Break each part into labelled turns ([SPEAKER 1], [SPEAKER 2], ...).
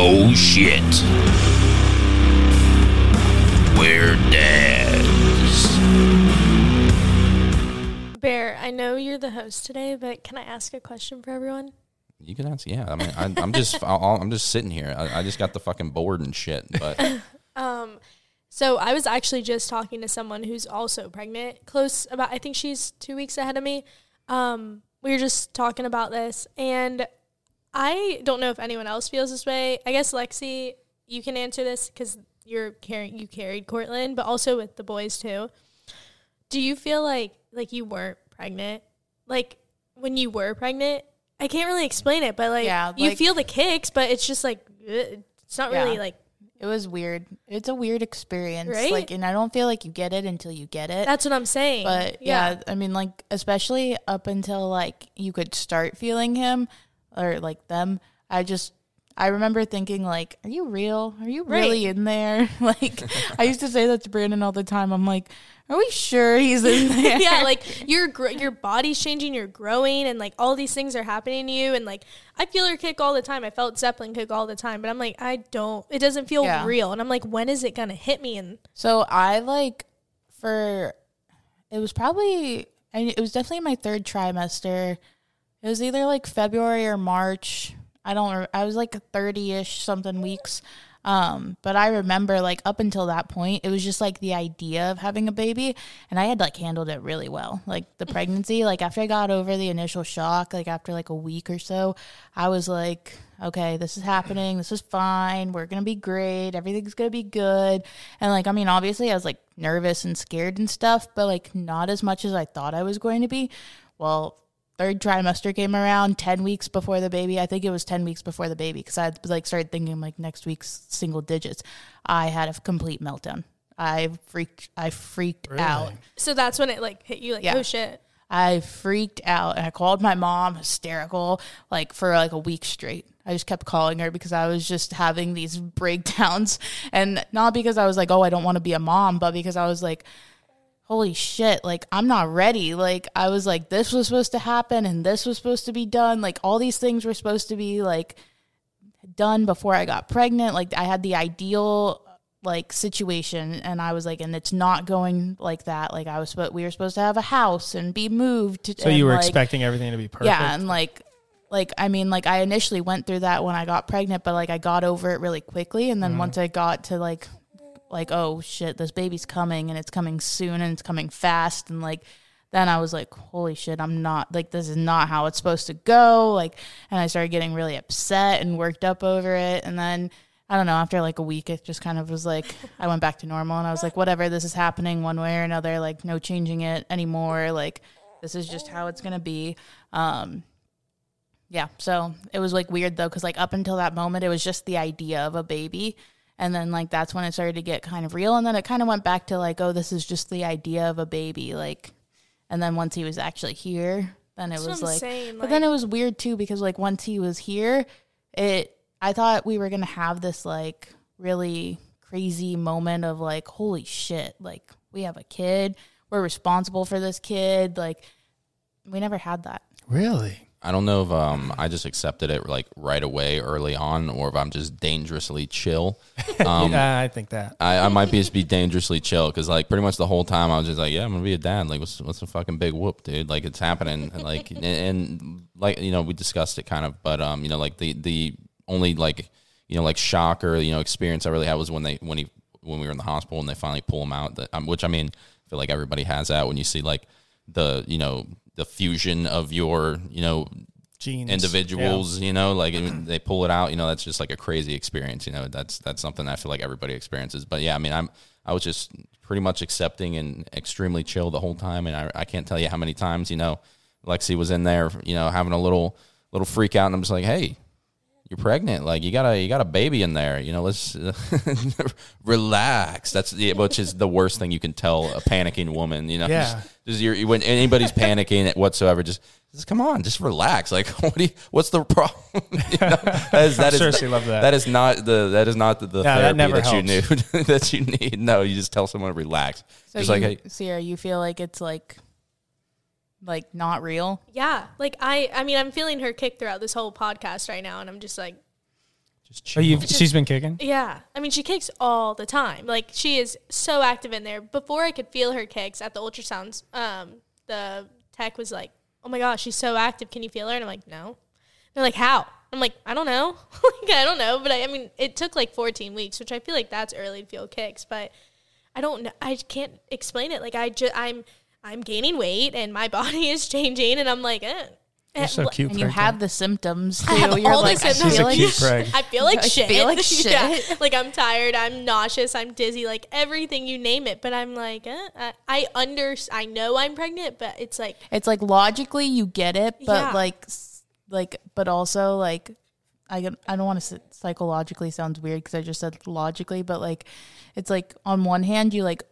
[SPEAKER 1] Oh shit. We're dads.
[SPEAKER 2] Bear, I know you're the host today, but can I ask a question for everyone?
[SPEAKER 3] You can answer. Yeah, I mean, I, I'm just, i I'm just sitting here. I, I just got the fucking board and shit. But
[SPEAKER 2] Um, so I was actually just talking to someone who's also pregnant, close about I think she's two weeks ahead of me. Um, we were just talking about this, and I don't know if anyone else feels this way. I guess Lexi, you can answer this because you're carrying you carried Courtland, but also with the boys too. Do you feel like like you weren't pregnant, like when you were pregnant? I can't really explain it, but like,
[SPEAKER 4] Yeah,
[SPEAKER 2] you
[SPEAKER 4] like-
[SPEAKER 2] feel the kicks, but it's just like ugh, it's not really
[SPEAKER 4] Yeah.
[SPEAKER 2] like
[SPEAKER 4] It was weird. It's a weird experience.
[SPEAKER 2] Right?
[SPEAKER 4] Like, and I don't feel like you get it until you get it.
[SPEAKER 2] that's what I'm saying.
[SPEAKER 4] but yeah. I mean, like, especially up until like you could start feeling him or like them. I just, I remember thinking, like, are you real? Are you really in there? Like, I used to say that to Brandon all the time. I'm like, are we sure he's in there?
[SPEAKER 2] yeah, like your gr- your body's changing, you're growing, and like all these things are happening to you. And like I feel her kick all the time. I felt Zeppelin kick all the time, but I'm like, I don't. It doesn't feel
[SPEAKER 4] Yeah.
[SPEAKER 2] real. And I'm like, when is it gonna hit me? And
[SPEAKER 4] So I like for it was probably I it was definitely my third trimester. It was either like February or March. I don't re- I was like 30ish something weeks. Um but I remember like up until that point it was just like the idea of having a baby and I had like handled it really well. Like the pregnancy like after I got over the initial shock like after like a week or so I was like okay, this is happening. This is fine. We're going to be great. Everything's going to be good. And like, I mean, obviously I was like nervous and scared and stuff, but like not as much as I thought I was going to be. Well, third trimester came around 10 weeks before the baby. I think it was 10 weeks before the baby cuz I had, like started thinking like next week's single digits. I had a complete meltdown. I freaked I freaked out.
[SPEAKER 2] so that's when it like hit you, like
[SPEAKER 4] Yeah.
[SPEAKER 2] oh shit.
[SPEAKER 4] I freaked out and I called my mom hysterical like for like a week straight. I just kept calling her because I was just having these breakdowns and not because I was like, "Oh, I don't want to be a mom," but because I was like, "Holy shit, like I'm not ready." Like I was like, "This was supposed to happen and this was supposed to be done." Like all these things were supposed to be like done before I got pregnant. Like I had the ideal like situation and I was like and it's not going like that. Like I was but we were supposed to have a house and be moved.
[SPEAKER 5] So
[SPEAKER 4] and,
[SPEAKER 5] you were
[SPEAKER 4] like,
[SPEAKER 5] expecting everything to be perfect.
[SPEAKER 4] Yeah, and like like I mean like I initially went through that when I got pregnant, but like I got over it really quickly and then once I got to like like oh shit, this baby's coming and it's coming soon and it's coming fast and like then I was like, holy shit, I'm not like this is not how it's supposed to go. Like and I started getting really upset and worked up over it and then I don't know, after like a week it just kind of was like I went back to normal and I was like, whatever, this is happening one way or another, like no changing it anymore. Like this is just how it's gonna be. Um yeah, so it was like weird though, because like up until that moment, it was just the idea of a baby. And then like that's when it started to get kind of real. And then it kind of went back to like, oh, this is just the idea of a baby. Like, and then once he was actually here, then it
[SPEAKER 2] That's what
[SPEAKER 4] was
[SPEAKER 2] I'm
[SPEAKER 4] like,
[SPEAKER 2] saying,
[SPEAKER 4] but then
[SPEAKER 2] like-
[SPEAKER 4] it was weird too, because like once he was here, it, I thought we were going to have this like really crazy moment of like, holy shit, like we have a kid. We're responsible for this kid. Like, we never had that.
[SPEAKER 5] really?
[SPEAKER 3] I don't know if um, I just accepted it like right away, early on, or if I'm just dangerously chill. Um,
[SPEAKER 5] yeah, I think that.
[SPEAKER 3] I, I might be just be dangerously chill because like pretty much the whole time I was just like, yeah, I'm gonna be a dad. Like, what's what's the fucking big whoop, dude? Like, it's happening. And, Like, and, and like you know, we discussed it kind of, but um, you know, like the the only like you know like shock or you know experience I really had was when they when he when we were in the hospital and they finally pull him out. That um, which I mean, I feel like everybody has that when you see like the you know the fusion of your you know
[SPEAKER 5] Genes.
[SPEAKER 3] individuals you know like and they pull it out you know that's just like a crazy experience you know that's that's something i feel like everybody experiences but yeah i mean i'm i was just pretty much accepting and extremely chill the whole time and i, I can't tell you how many times you know lexi was in there you know having a little little freak out and i'm just like hey you're pregnant like you got a you got a baby in there you know let's relax that's the, which is the worst thing you can tell a panicking woman you know
[SPEAKER 5] Yeah.
[SPEAKER 3] Just- just your, when anybody's panicking whatsoever, just, just come on, just relax. Like, what do you, what's the problem? You know, that is, that is-
[SPEAKER 5] Seriously, love that.
[SPEAKER 3] That is not the that is not the, the therapy
[SPEAKER 5] that never
[SPEAKER 3] that you knew that you need. No, you just tell someone to relax.
[SPEAKER 4] So
[SPEAKER 3] just
[SPEAKER 4] you,
[SPEAKER 3] like hey,
[SPEAKER 4] Sierra, you feel like it's like like not real.
[SPEAKER 2] Yeah, like I I mean I'm feeling her kick throughout this whole podcast right now, and I'm just like
[SPEAKER 5] Just oh, you've, she's been kicking.
[SPEAKER 2] Yeah. I mean, she kicks all the time. Like, she is so active in there. Before I could feel her kicks at the ultrasounds, um, the tech was like, oh my gosh, she's so active. Can you feel her? And I'm like, no. They're like, how? I'm like, I don't know. like, I don't know. But I, I mean, it took like 14 weeks, which I feel like that's early to feel kicks. But I don't know. I can't explain it. Like, I just, I'm, I'm gaining weight and my body is changing. And I'm like, eh. Eh,
[SPEAKER 5] You're so
[SPEAKER 2] wh-
[SPEAKER 5] cute.
[SPEAKER 4] and you
[SPEAKER 5] Franklin.
[SPEAKER 4] have the symptoms too.
[SPEAKER 2] I have
[SPEAKER 4] You're
[SPEAKER 2] all the
[SPEAKER 4] like, I
[SPEAKER 2] symptoms.
[SPEAKER 5] She's
[SPEAKER 4] feel
[SPEAKER 5] a
[SPEAKER 4] like
[SPEAKER 5] cute preg.
[SPEAKER 2] I feel like
[SPEAKER 4] I
[SPEAKER 2] shit.
[SPEAKER 4] feel like
[SPEAKER 2] yeah.
[SPEAKER 4] shit.
[SPEAKER 2] Like I'm tired. I'm nauseous. I'm dizzy. Like everything you name it. But I'm like, eh, I, I under. I know I'm pregnant, but it's like
[SPEAKER 4] It's like logically you get it, but
[SPEAKER 2] Yeah.
[SPEAKER 4] like, s- like, but also like, I don't- I don't want to psychologically sounds weird because I just said logically, but like, it's like on one hand you like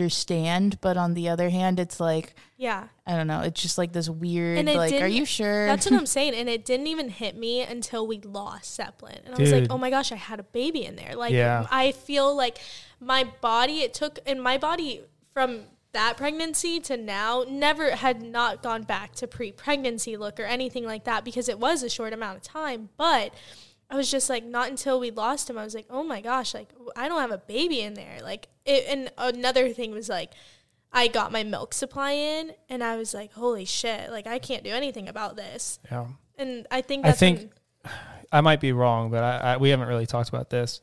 [SPEAKER 4] understand, but on the other hand it's like
[SPEAKER 2] yeah.
[SPEAKER 4] I don't know, it's just like this weird
[SPEAKER 2] And it
[SPEAKER 4] like, are
[SPEAKER 2] didn't-
[SPEAKER 4] you sure?
[SPEAKER 2] That's what I'm saying. And it didn't even hit me until we lost Zeppelin. And I was like,
[SPEAKER 5] Dude.
[SPEAKER 2] oh my gosh, I had a baby in there. Like
[SPEAKER 5] Yeah.
[SPEAKER 2] I feel like my body. It took and my body from that pregnancy to now never had not gone back to pre-pregnancy look or anything like that because it was a short amount of time, but. I was just like, not until we lost him. I was like, oh my gosh, like w- I don't have a baby in there. Like, it, and another thing was like, I got my milk supply in, and I was like, holy shit, like I can't do anything about this.
[SPEAKER 5] Yeah.
[SPEAKER 2] And I think
[SPEAKER 5] I
[SPEAKER 2] that's
[SPEAKER 5] think-
[SPEAKER 2] when-
[SPEAKER 5] I might be wrong, but I, I we haven't really talked about this.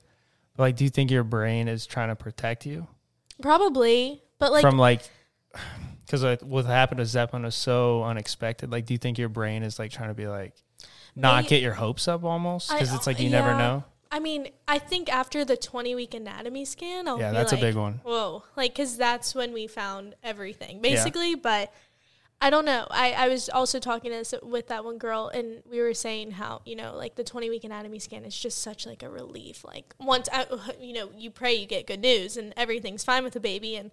[SPEAKER 5] But like, do you think your brain is trying to protect you
[SPEAKER 2] probably, but like
[SPEAKER 5] from like? Because like, what happened to Zeppelin was so unexpected. Like, do you think your brain is like trying to be like, not
[SPEAKER 2] Maybe-
[SPEAKER 5] get your hopes up almost? Because
[SPEAKER 2] I-
[SPEAKER 5] it's like you never
[SPEAKER 2] yeah.
[SPEAKER 5] know.
[SPEAKER 2] I mean, I think after the 20 week anatomy scan, I'll
[SPEAKER 5] Yeah,
[SPEAKER 2] be
[SPEAKER 5] that's a
[SPEAKER 2] like,
[SPEAKER 5] big one.
[SPEAKER 2] Whoa, like because that's when we found everything basically. But I don't know. I I was also talking to this, with that one girl, and we were saying how you know like the 20 week anatomy scan is just such like a relief. Like once I, you know you pray you get good news and everything's fine with the baby, and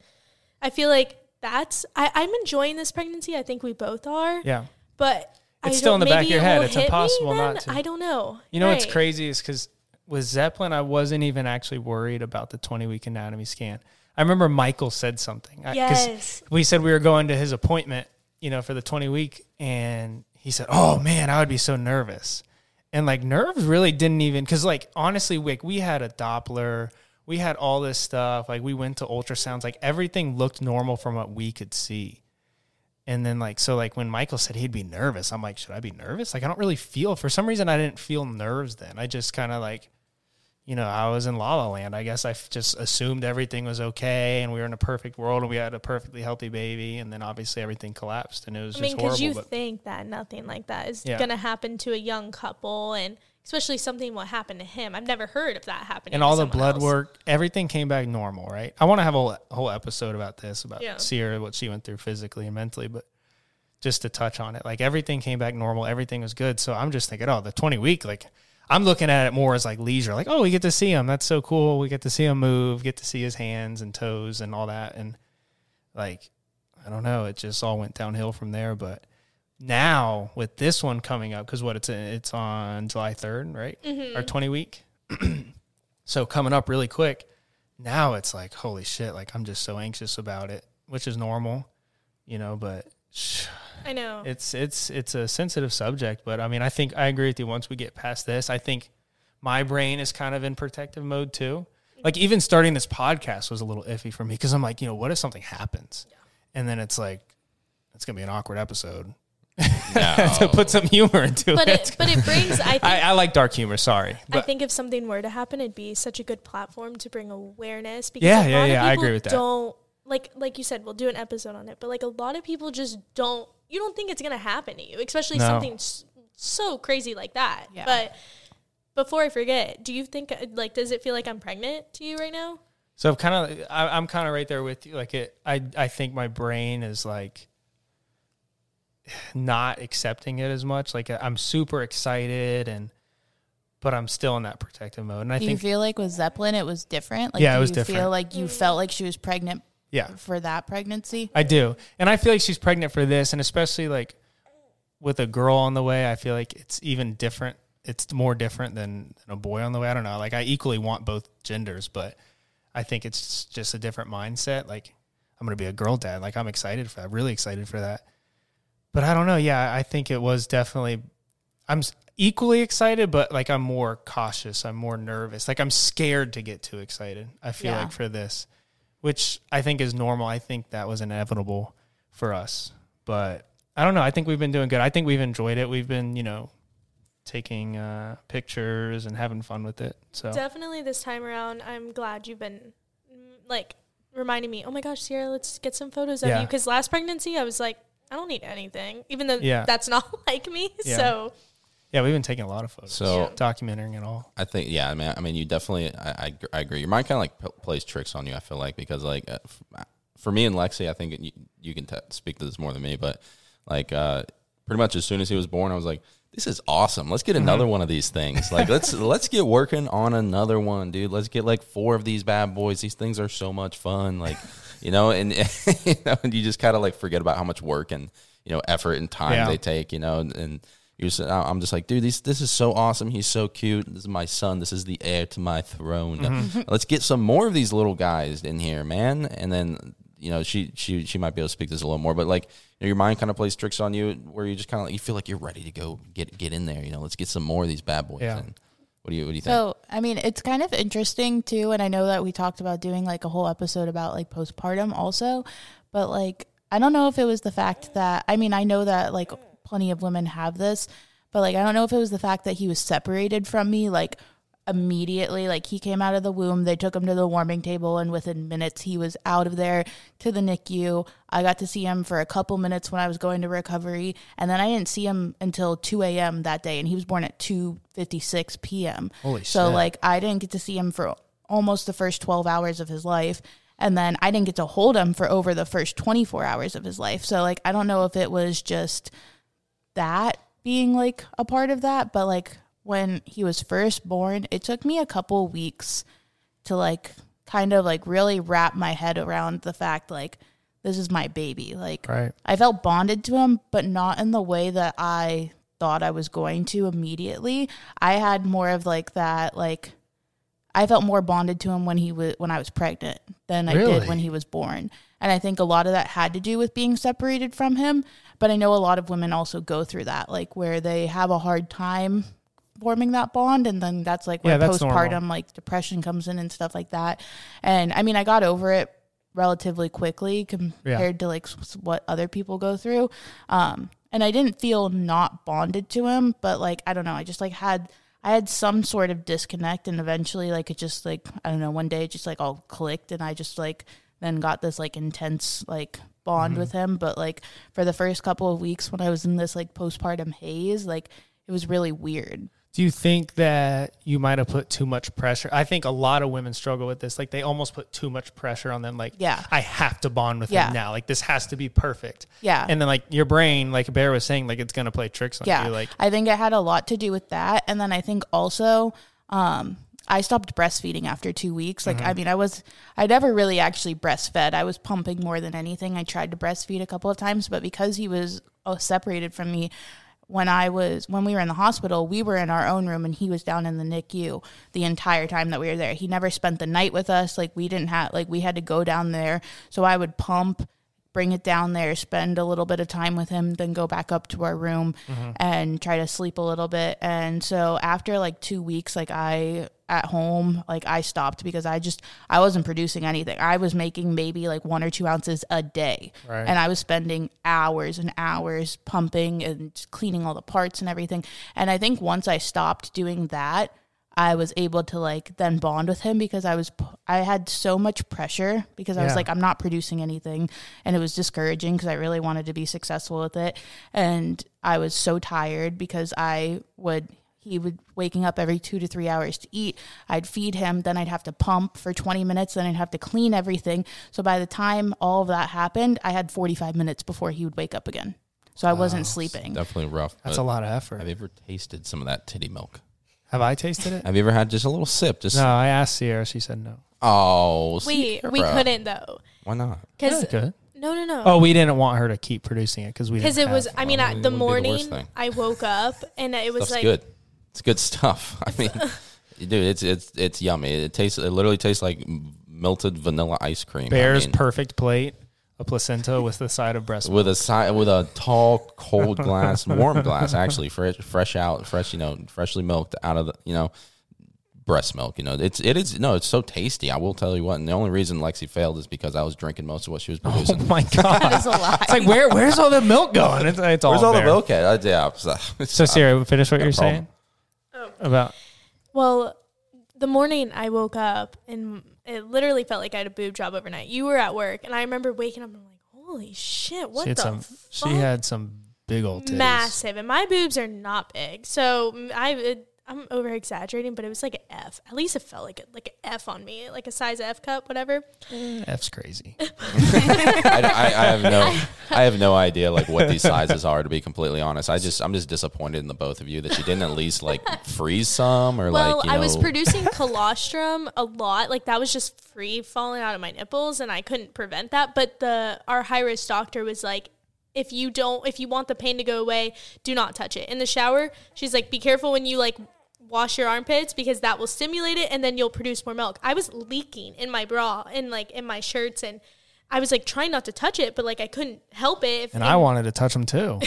[SPEAKER 2] I feel like that's I I'm enjoying this pregnancy. I think we both are.
[SPEAKER 5] Yeah.
[SPEAKER 2] But I
[SPEAKER 5] It's still
[SPEAKER 2] don't-
[SPEAKER 5] in the back of
[SPEAKER 2] maybe
[SPEAKER 5] your
[SPEAKER 2] it
[SPEAKER 5] head.
[SPEAKER 2] will
[SPEAKER 5] It's
[SPEAKER 2] hit me
[SPEAKER 5] impossible
[SPEAKER 2] then.
[SPEAKER 5] not to.
[SPEAKER 2] I don't know.
[SPEAKER 5] You know what's
[SPEAKER 2] Right.
[SPEAKER 5] crazy is because with Zeppelin, I wasn't even actually worried about the 20 week anatomy scan. I remember Michael said something. I- 'cause
[SPEAKER 2] Yes.
[SPEAKER 5] We said we were going to his appointment, you know, for the 20 week. And he said, Oh man, I would be so nervous. And like nerves really didn't even, because like honestly, like we had a Doppler, we had all this stuff. Like we went to ultrasounds, like everything looked normal from what we could see. And then like so like when Michael said he'd be nervous, I'm like, should I be nervous? Like I don't really feel for some reason I didn't feel nerves then. I just kind of like you know, I was in La La Land. I guess I f- just assumed everything was okay and we were in a perfect world and we had a perfectly healthy baby and then obviously everything collapsed and it was
[SPEAKER 2] I
[SPEAKER 5] just
[SPEAKER 2] mean,
[SPEAKER 5] horrible.
[SPEAKER 2] because you
[SPEAKER 5] but
[SPEAKER 2] think that nothing like that is
[SPEAKER 5] Yeah.
[SPEAKER 2] going to happen to a young couple, and especially something what happened to him. I've never heard of that happening.
[SPEAKER 5] and
[SPEAKER 2] to
[SPEAKER 5] all the
[SPEAKER 2] someone
[SPEAKER 5] blood
[SPEAKER 2] else.
[SPEAKER 5] work, everything came back normal, right? I want to have a whole, whole episode about this about
[SPEAKER 2] Yeah.
[SPEAKER 5] Sierra, what she went through physically and mentally, but just to touch on it, like everything came back normal, everything was good. So I'm just thinking, oh, the 20 week, like I'm looking at it more as like leisure, like oh, we get to see him, that's so cool, we get to see him move, get to see his hands and toes and all that, and like I don't know, it just all went downhill from there, but. Now with this one coming up, because what it's it's on July third, right? Our
[SPEAKER 2] Mm-hmm.
[SPEAKER 5] twenty week. So coming up really quick, now it's like, holy shit, like I'm just so anxious about it, which is normal, you know, but sh-
[SPEAKER 2] I know.
[SPEAKER 5] it's it's it's a sensitive subject, but I mean, I think I agree with you once we get past this, I think my brain is kind of in protective mode too. Like even starting this podcast was a little iffy for me cuz I'm like, you know, what if something happens? And then it's like it's going to be an awkward episode. to put some humor into
[SPEAKER 2] but
[SPEAKER 5] it.
[SPEAKER 2] it, but it brings. I think.
[SPEAKER 5] I,
[SPEAKER 2] I,
[SPEAKER 5] I like dark humor, sorry. But
[SPEAKER 2] think if something were to happen, it'd be such a good platform to bring awareness. Because
[SPEAKER 5] Yeah,
[SPEAKER 2] a
[SPEAKER 5] yeah,
[SPEAKER 2] lot
[SPEAKER 5] yeah,
[SPEAKER 2] Of
[SPEAKER 5] I
[SPEAKER 2] people
[SPEAKER 5] agree with that.
[SPEAKER 2] Don't like like you said. We'll do an episode on it, but like a lot of people just don't. You don't think it's going to happen to you, especially
[SPEAKER 5] No.
[SPEAKER 2] something s- so crazy like that.
[SPEAKER 4] Yeah.
[SPEAKER 2] But before I forget, do you think uh, like does it feel like I'm pregnant to you right now?
[SPEAKER 5] So I'm kind of I, I'm kind of right there with you. Like it, I I think my brain is like not accepting it as much. Like I'm super excited and, but I'm still in that protective mode. And I
[SPEAKER 4] do you
[SPEAKER 5] think
[SPEAKER 4] feel like with Zeppelin it was different? Like,
[SPEAKER 5] Yeah, it
[SPEAKER 4] do
[SPEAKER 5] was
[SPEAKER 4] you
[SPEAKER 5] different.
[SPEAKER 4] Feel like you felt like she was pregnant
[SPEAKER 5] yeah,
[SPEAKER 4] for that pregnancy.
[SPEAKER 5] I do, and I feel like she's pregnant for this, and especially like with a girl on the way, I feel like it's even different. It's more different than, than a boy on the way. I don't know. Like I equally want both genders, but I think it's just a different mindset. Like I'm gonna be a girl dad. Like I'm excited for that. Really excited for that. But I don't know. Yeah, I think it was definitely. I'm. s- equally excited, but like I'm more cautious. I'm more nervous. Like I'm scared to get too excited. I feel
[SPEAKER 4] Yeah.
[SPEAKER 5] like for this, which I think is normal. I think that was inevitable for us. But I don't know. I think we've been doing good. I think we've enjoyed it. We've been, you know, taking uh, pictures and having fun with it. So
[SPEAKER 2] Definitely this time around, I'm glad you've been mm, like reminding me, oh my gosh, Sierra, let's get some photos of
[SPEAKER 5] Yeah.
[SPEAKER 2] you. Because last pregnancy, I was like, I don't need anything, even though
[SPEAKER 5] Yeah.
[SPEAKER 2] that's not like me.
[SPEAKER 5] Yeah.
[SPEAKER 2] So
[SPEAKER 5] yeah, we've been taking a lot of photos.
[SPEAKER 3] So-
[SPEAKER 5] documenting it all. I
[SPEAKER 3] I think yeah. I mean, I mean, you definitely. I, I, gr- I agree. Your mind kind of like p- plays tricks on you. I feel like because like uh, f- for me and Lexi, I think you, you can t- speak to this more than me, but like uh, pretty much as soon as he was born, I was like, this is awesome. Let's get another one of these things. Like let's let's get working on another one, dude. Let's get like four of these bad boys. These things are so much fun. Like you know, and you, know, and you just kind of like forget about how much work and you know effort and time
[SPEAKER 5] Yeah.
[SPEAKER 3] they take. You know, and, and you just, I- I'm just like, dude, this this is so awesome. He's so cute. This is my son. This is the heir to my throne.
[SPEAKER 5] Mm-hmm.
[SPEAKER 3] Let's get some more of these little guys in here, man. And then you know, she she she might be able to speak this a little more, but like you know, your mind kind of plays tricks on you, where you just kind of like, you feel like you're ready to go get get in there. You know, let's get some more of these bad boys.
[SPEAKER 5] Yeah.
[SPEAKER 3] in. What do you what do you think?
[SPEAKER 4] So, I mean, it's kind of interesting too. And I know that we talked about doing like a whole episode about like postpartum also, but like, I don't know if it was the fact that, I mean, I know that like plenty of women have this, but like, I don't know if it was the fact that he was separated from me like immediately. Like, he came out of the womb, they took him to the warming table, and within minutes, he was out of there to the NICU. I got to see him for a couple minutes when I was going to recovery, and then I didn't see him until 2 a.m. that day, and he was born at 2:56 p.m.
[SPEAKER 5] Holy
[SPEAKER 4] so
[SPEAKER 5] shit.
[SPEAKER 4] like I didn't get to see him for almost the first 12 hours of his life and then I didn't get to hold him for over the first 24 hours of his life. So like I don't know if it was just that being like a part of that, but like when he was first born, it took me a couple weeks to like kind of like really wrap my head around the fact like this is my baby. Like
[SPEAKER 5] Right.
[SPEAKER 4] I felt bonded to him, but not in the way that I thought I was going to immediately. I had more of like that like I felt more bonded to him when he was when I was pregnant than I
[SPEAKER 5] Really?
[SPEAKER 4] did when he was born. And I think a lot of that had to do with being separated from him, but I know a lot of women also go through that like where they have a hard time forming that bond and then that's like where
[SPEAKER 5] Yeah, that's normal.
[SPEAKER 4] postpartum like depression comes in and stuff like that. And I mean, I got over it relatively quickly compared to like s- what other people go through. Um, and I didn't feel not bonded to him, but like I don't know, I just like had I had some sort of disconnect, and eventually like it just like I don't know, one day it just like all clicked, and I just like then got this like intense like bond with him. But like for the first couple of weeks when I was in this like postpartum haze, like it was really weird.
[SPEAKER 5] Do you think that you might have put too much pressure? I think a lot of women struggle with this. Like they almost put too much pressure on them. Like,
[SPEAKER 4] Yeah.
[SPEAKER 5] I have to bond with
[SPEAKER 4] Yeah.
[SPEAKER 5] him now. Like this has to be perfect.
[SPEAKER 4] Yeah.
[SPEAKER 5] And then like your brain, like Bear was saying, like it's gonna play tricks on
[SPEAKER 4] yeah
[SPEAKER 5] you. Like
[SPEAKER 4] i think it had a lot to do with that and then i think also um i stopped breastfeeding after two weeks like
[SPEAKER 5] Mm-hmm.
[SPEAKER 4] i mean i was i never really actually breastfed i was pumping more than anything i tried to breastfeed a couple of times but because he was uh, separated from me when I was when we were in the hospital, we were in our own room and he was down in the NICU the entire time that we were there. He never spent the night with us. Like we didn't have like we had to go down there. So I would pump, bring it down there, spend a little bit of time with him, then go back up to our room and try to sleep a little bit. And so after like 2 weeks like I at home, like I stopped because I just I wasn't producing anything. I was making maybe like 1 or 2 ounces a day.
[SPEAKER 5] Right.
[SPEAKER 4] And I was spending hours and hours pumping and cleaning all the parts and everything. And I think once I stopped doing that, I was able to like then bond with him because I was p- I had so much pressure because I was
[SPEAKER 5] Yeah.
[SPEAKER 4] like I'm not producing anything and it was discouraging because I really wanted to be successful with it and I was so tired because I would he would waking up every 2 to 3 hours to eat I'd feed him then I'd have to pump for 20 minutes then I'd have to clean everything so by the time all of that happened I had 45 minutes before he would wake up again so I wasn't sleeping
[SPEAKER 3] Definitely rough.
[SPEAKER 5] that's
[SPEAKER 3] but
[SPEAKER 5] a lot of effort.
[SPEAKER 3] Have you ever tasted some of that titty milk?
[SPEAKER 5] have I tasted it?
[SPEAKER 3] Have you ever had just a little sip? Just
[SPEAKER 5] no, I asked Sierra, she said no.
[SPEAKER 3] oh,
[SPEAKER 2] we we
[SPEAKER 3] Sierra.
[SPEAKER 2] couldn't though
[SPEAKER 3] Why not?
[SPEAKER 2] because
[SPEAKER 5] Good.
[SPEAKER 2] no no no
[SPEAKER 5] Oh, we didn't want her to keep producing it because we
[SPEAKER 2] because
[SPEAKER 5] didn't
[SPEAKER 2] it was.
[SPEAKER 5] have-
[SPEAKER 2] I mean,
[SPEAKER 3] Well,
[SPEAKER 2] I,
[SPEAKER 3] it
[SPEAKER 2] the
[SPEAKER 3] wouldn't be the worst
[SPEAKER 2] morning
[SPEAKER 3] thing.
[SPEAKER 2] I woke up and it was
[SPEAKER 3] Stuff's
[SPEAKER 2] like
[SPEAKER 3] good. It's good stuff. I mean, dude, it's it's it's yummy. It tastes. It literally tastes like melted vanilla ice cream. I
[SPEAKER 5] Bear's
[SPEAKER 3] mean,
[SPEAKER 5] perfect plate. a placenta with the side of breast.
[SPEAKER 3] with a si- with a tall cold glass warm glass actually fresh fresh out fresh you know freshly milked out of the you know breast milk you know it's it is no it's so tasty i will tell you what and the only reason lexi failed is because i was drinking most of what she was producing
[SPEAKER 5] Oh my god!
[SPEAKER 4] That's a lie.
[SPEAKER 5] It's like where where's all the milk going? It's, it's all
[SPEAKER 3] where's all the
[SPEAKER 5] there.
[SPEAKER 3] milk at I, yeah, it's, uh, it's-
[SPEAKER 5] So Sarah, finish what you're
[SPEAKER 3] problem.
[SPEAKER 5] saying
[SPEAKER 4] Oh.
[SPEAKER 5] about
[SPEAKER 2] Well, the morning I woke up and it literally felt like I had a boob job overnight. You were at work, and I remember waking up and I'm like, "Holy shit! What
[SPEAKER 5] she had
[SPEAKER 2] the
[SPEAKER 5] some
[SPEAKER 2] fuck?
[SPEAKER 5] she had some big old titties.
[SPEAKER 2] massive?" And my boobs are not big, so mm, I it, I'm over exaggerating, but it was like an F. At least it felt like a, like an F on me, like a size F cup, whatever.
[SPEAKER 5] That's crazy.
[SPEAKER 3] I, I, I have no i have no idea like what these sizes are to be completely honest i just i'm just disappointed in the both of you that you didn't at least like freeze some or
[SPEAKER 2] Well,
[SPEAKER 3] like you
[SPEAKER 2] I
[SPEAKER 3] know
[SPEAKER 2] was producing colostrum a lot. Like that was just free falling out of my nipples and I couldn't prevent that. But the our high risk doctor was like, if you don't if you want the pain to go away, do not touch it. In the shower, she's like, be careful when you like wash your armpits because that will stimulate it and then you'll produce more milk. I was leaking in my bra and like in my shirts and I was like trying not to touch it, but like I couldn't help it. If,
[SPEAKER 5] And I wanted to touch them too.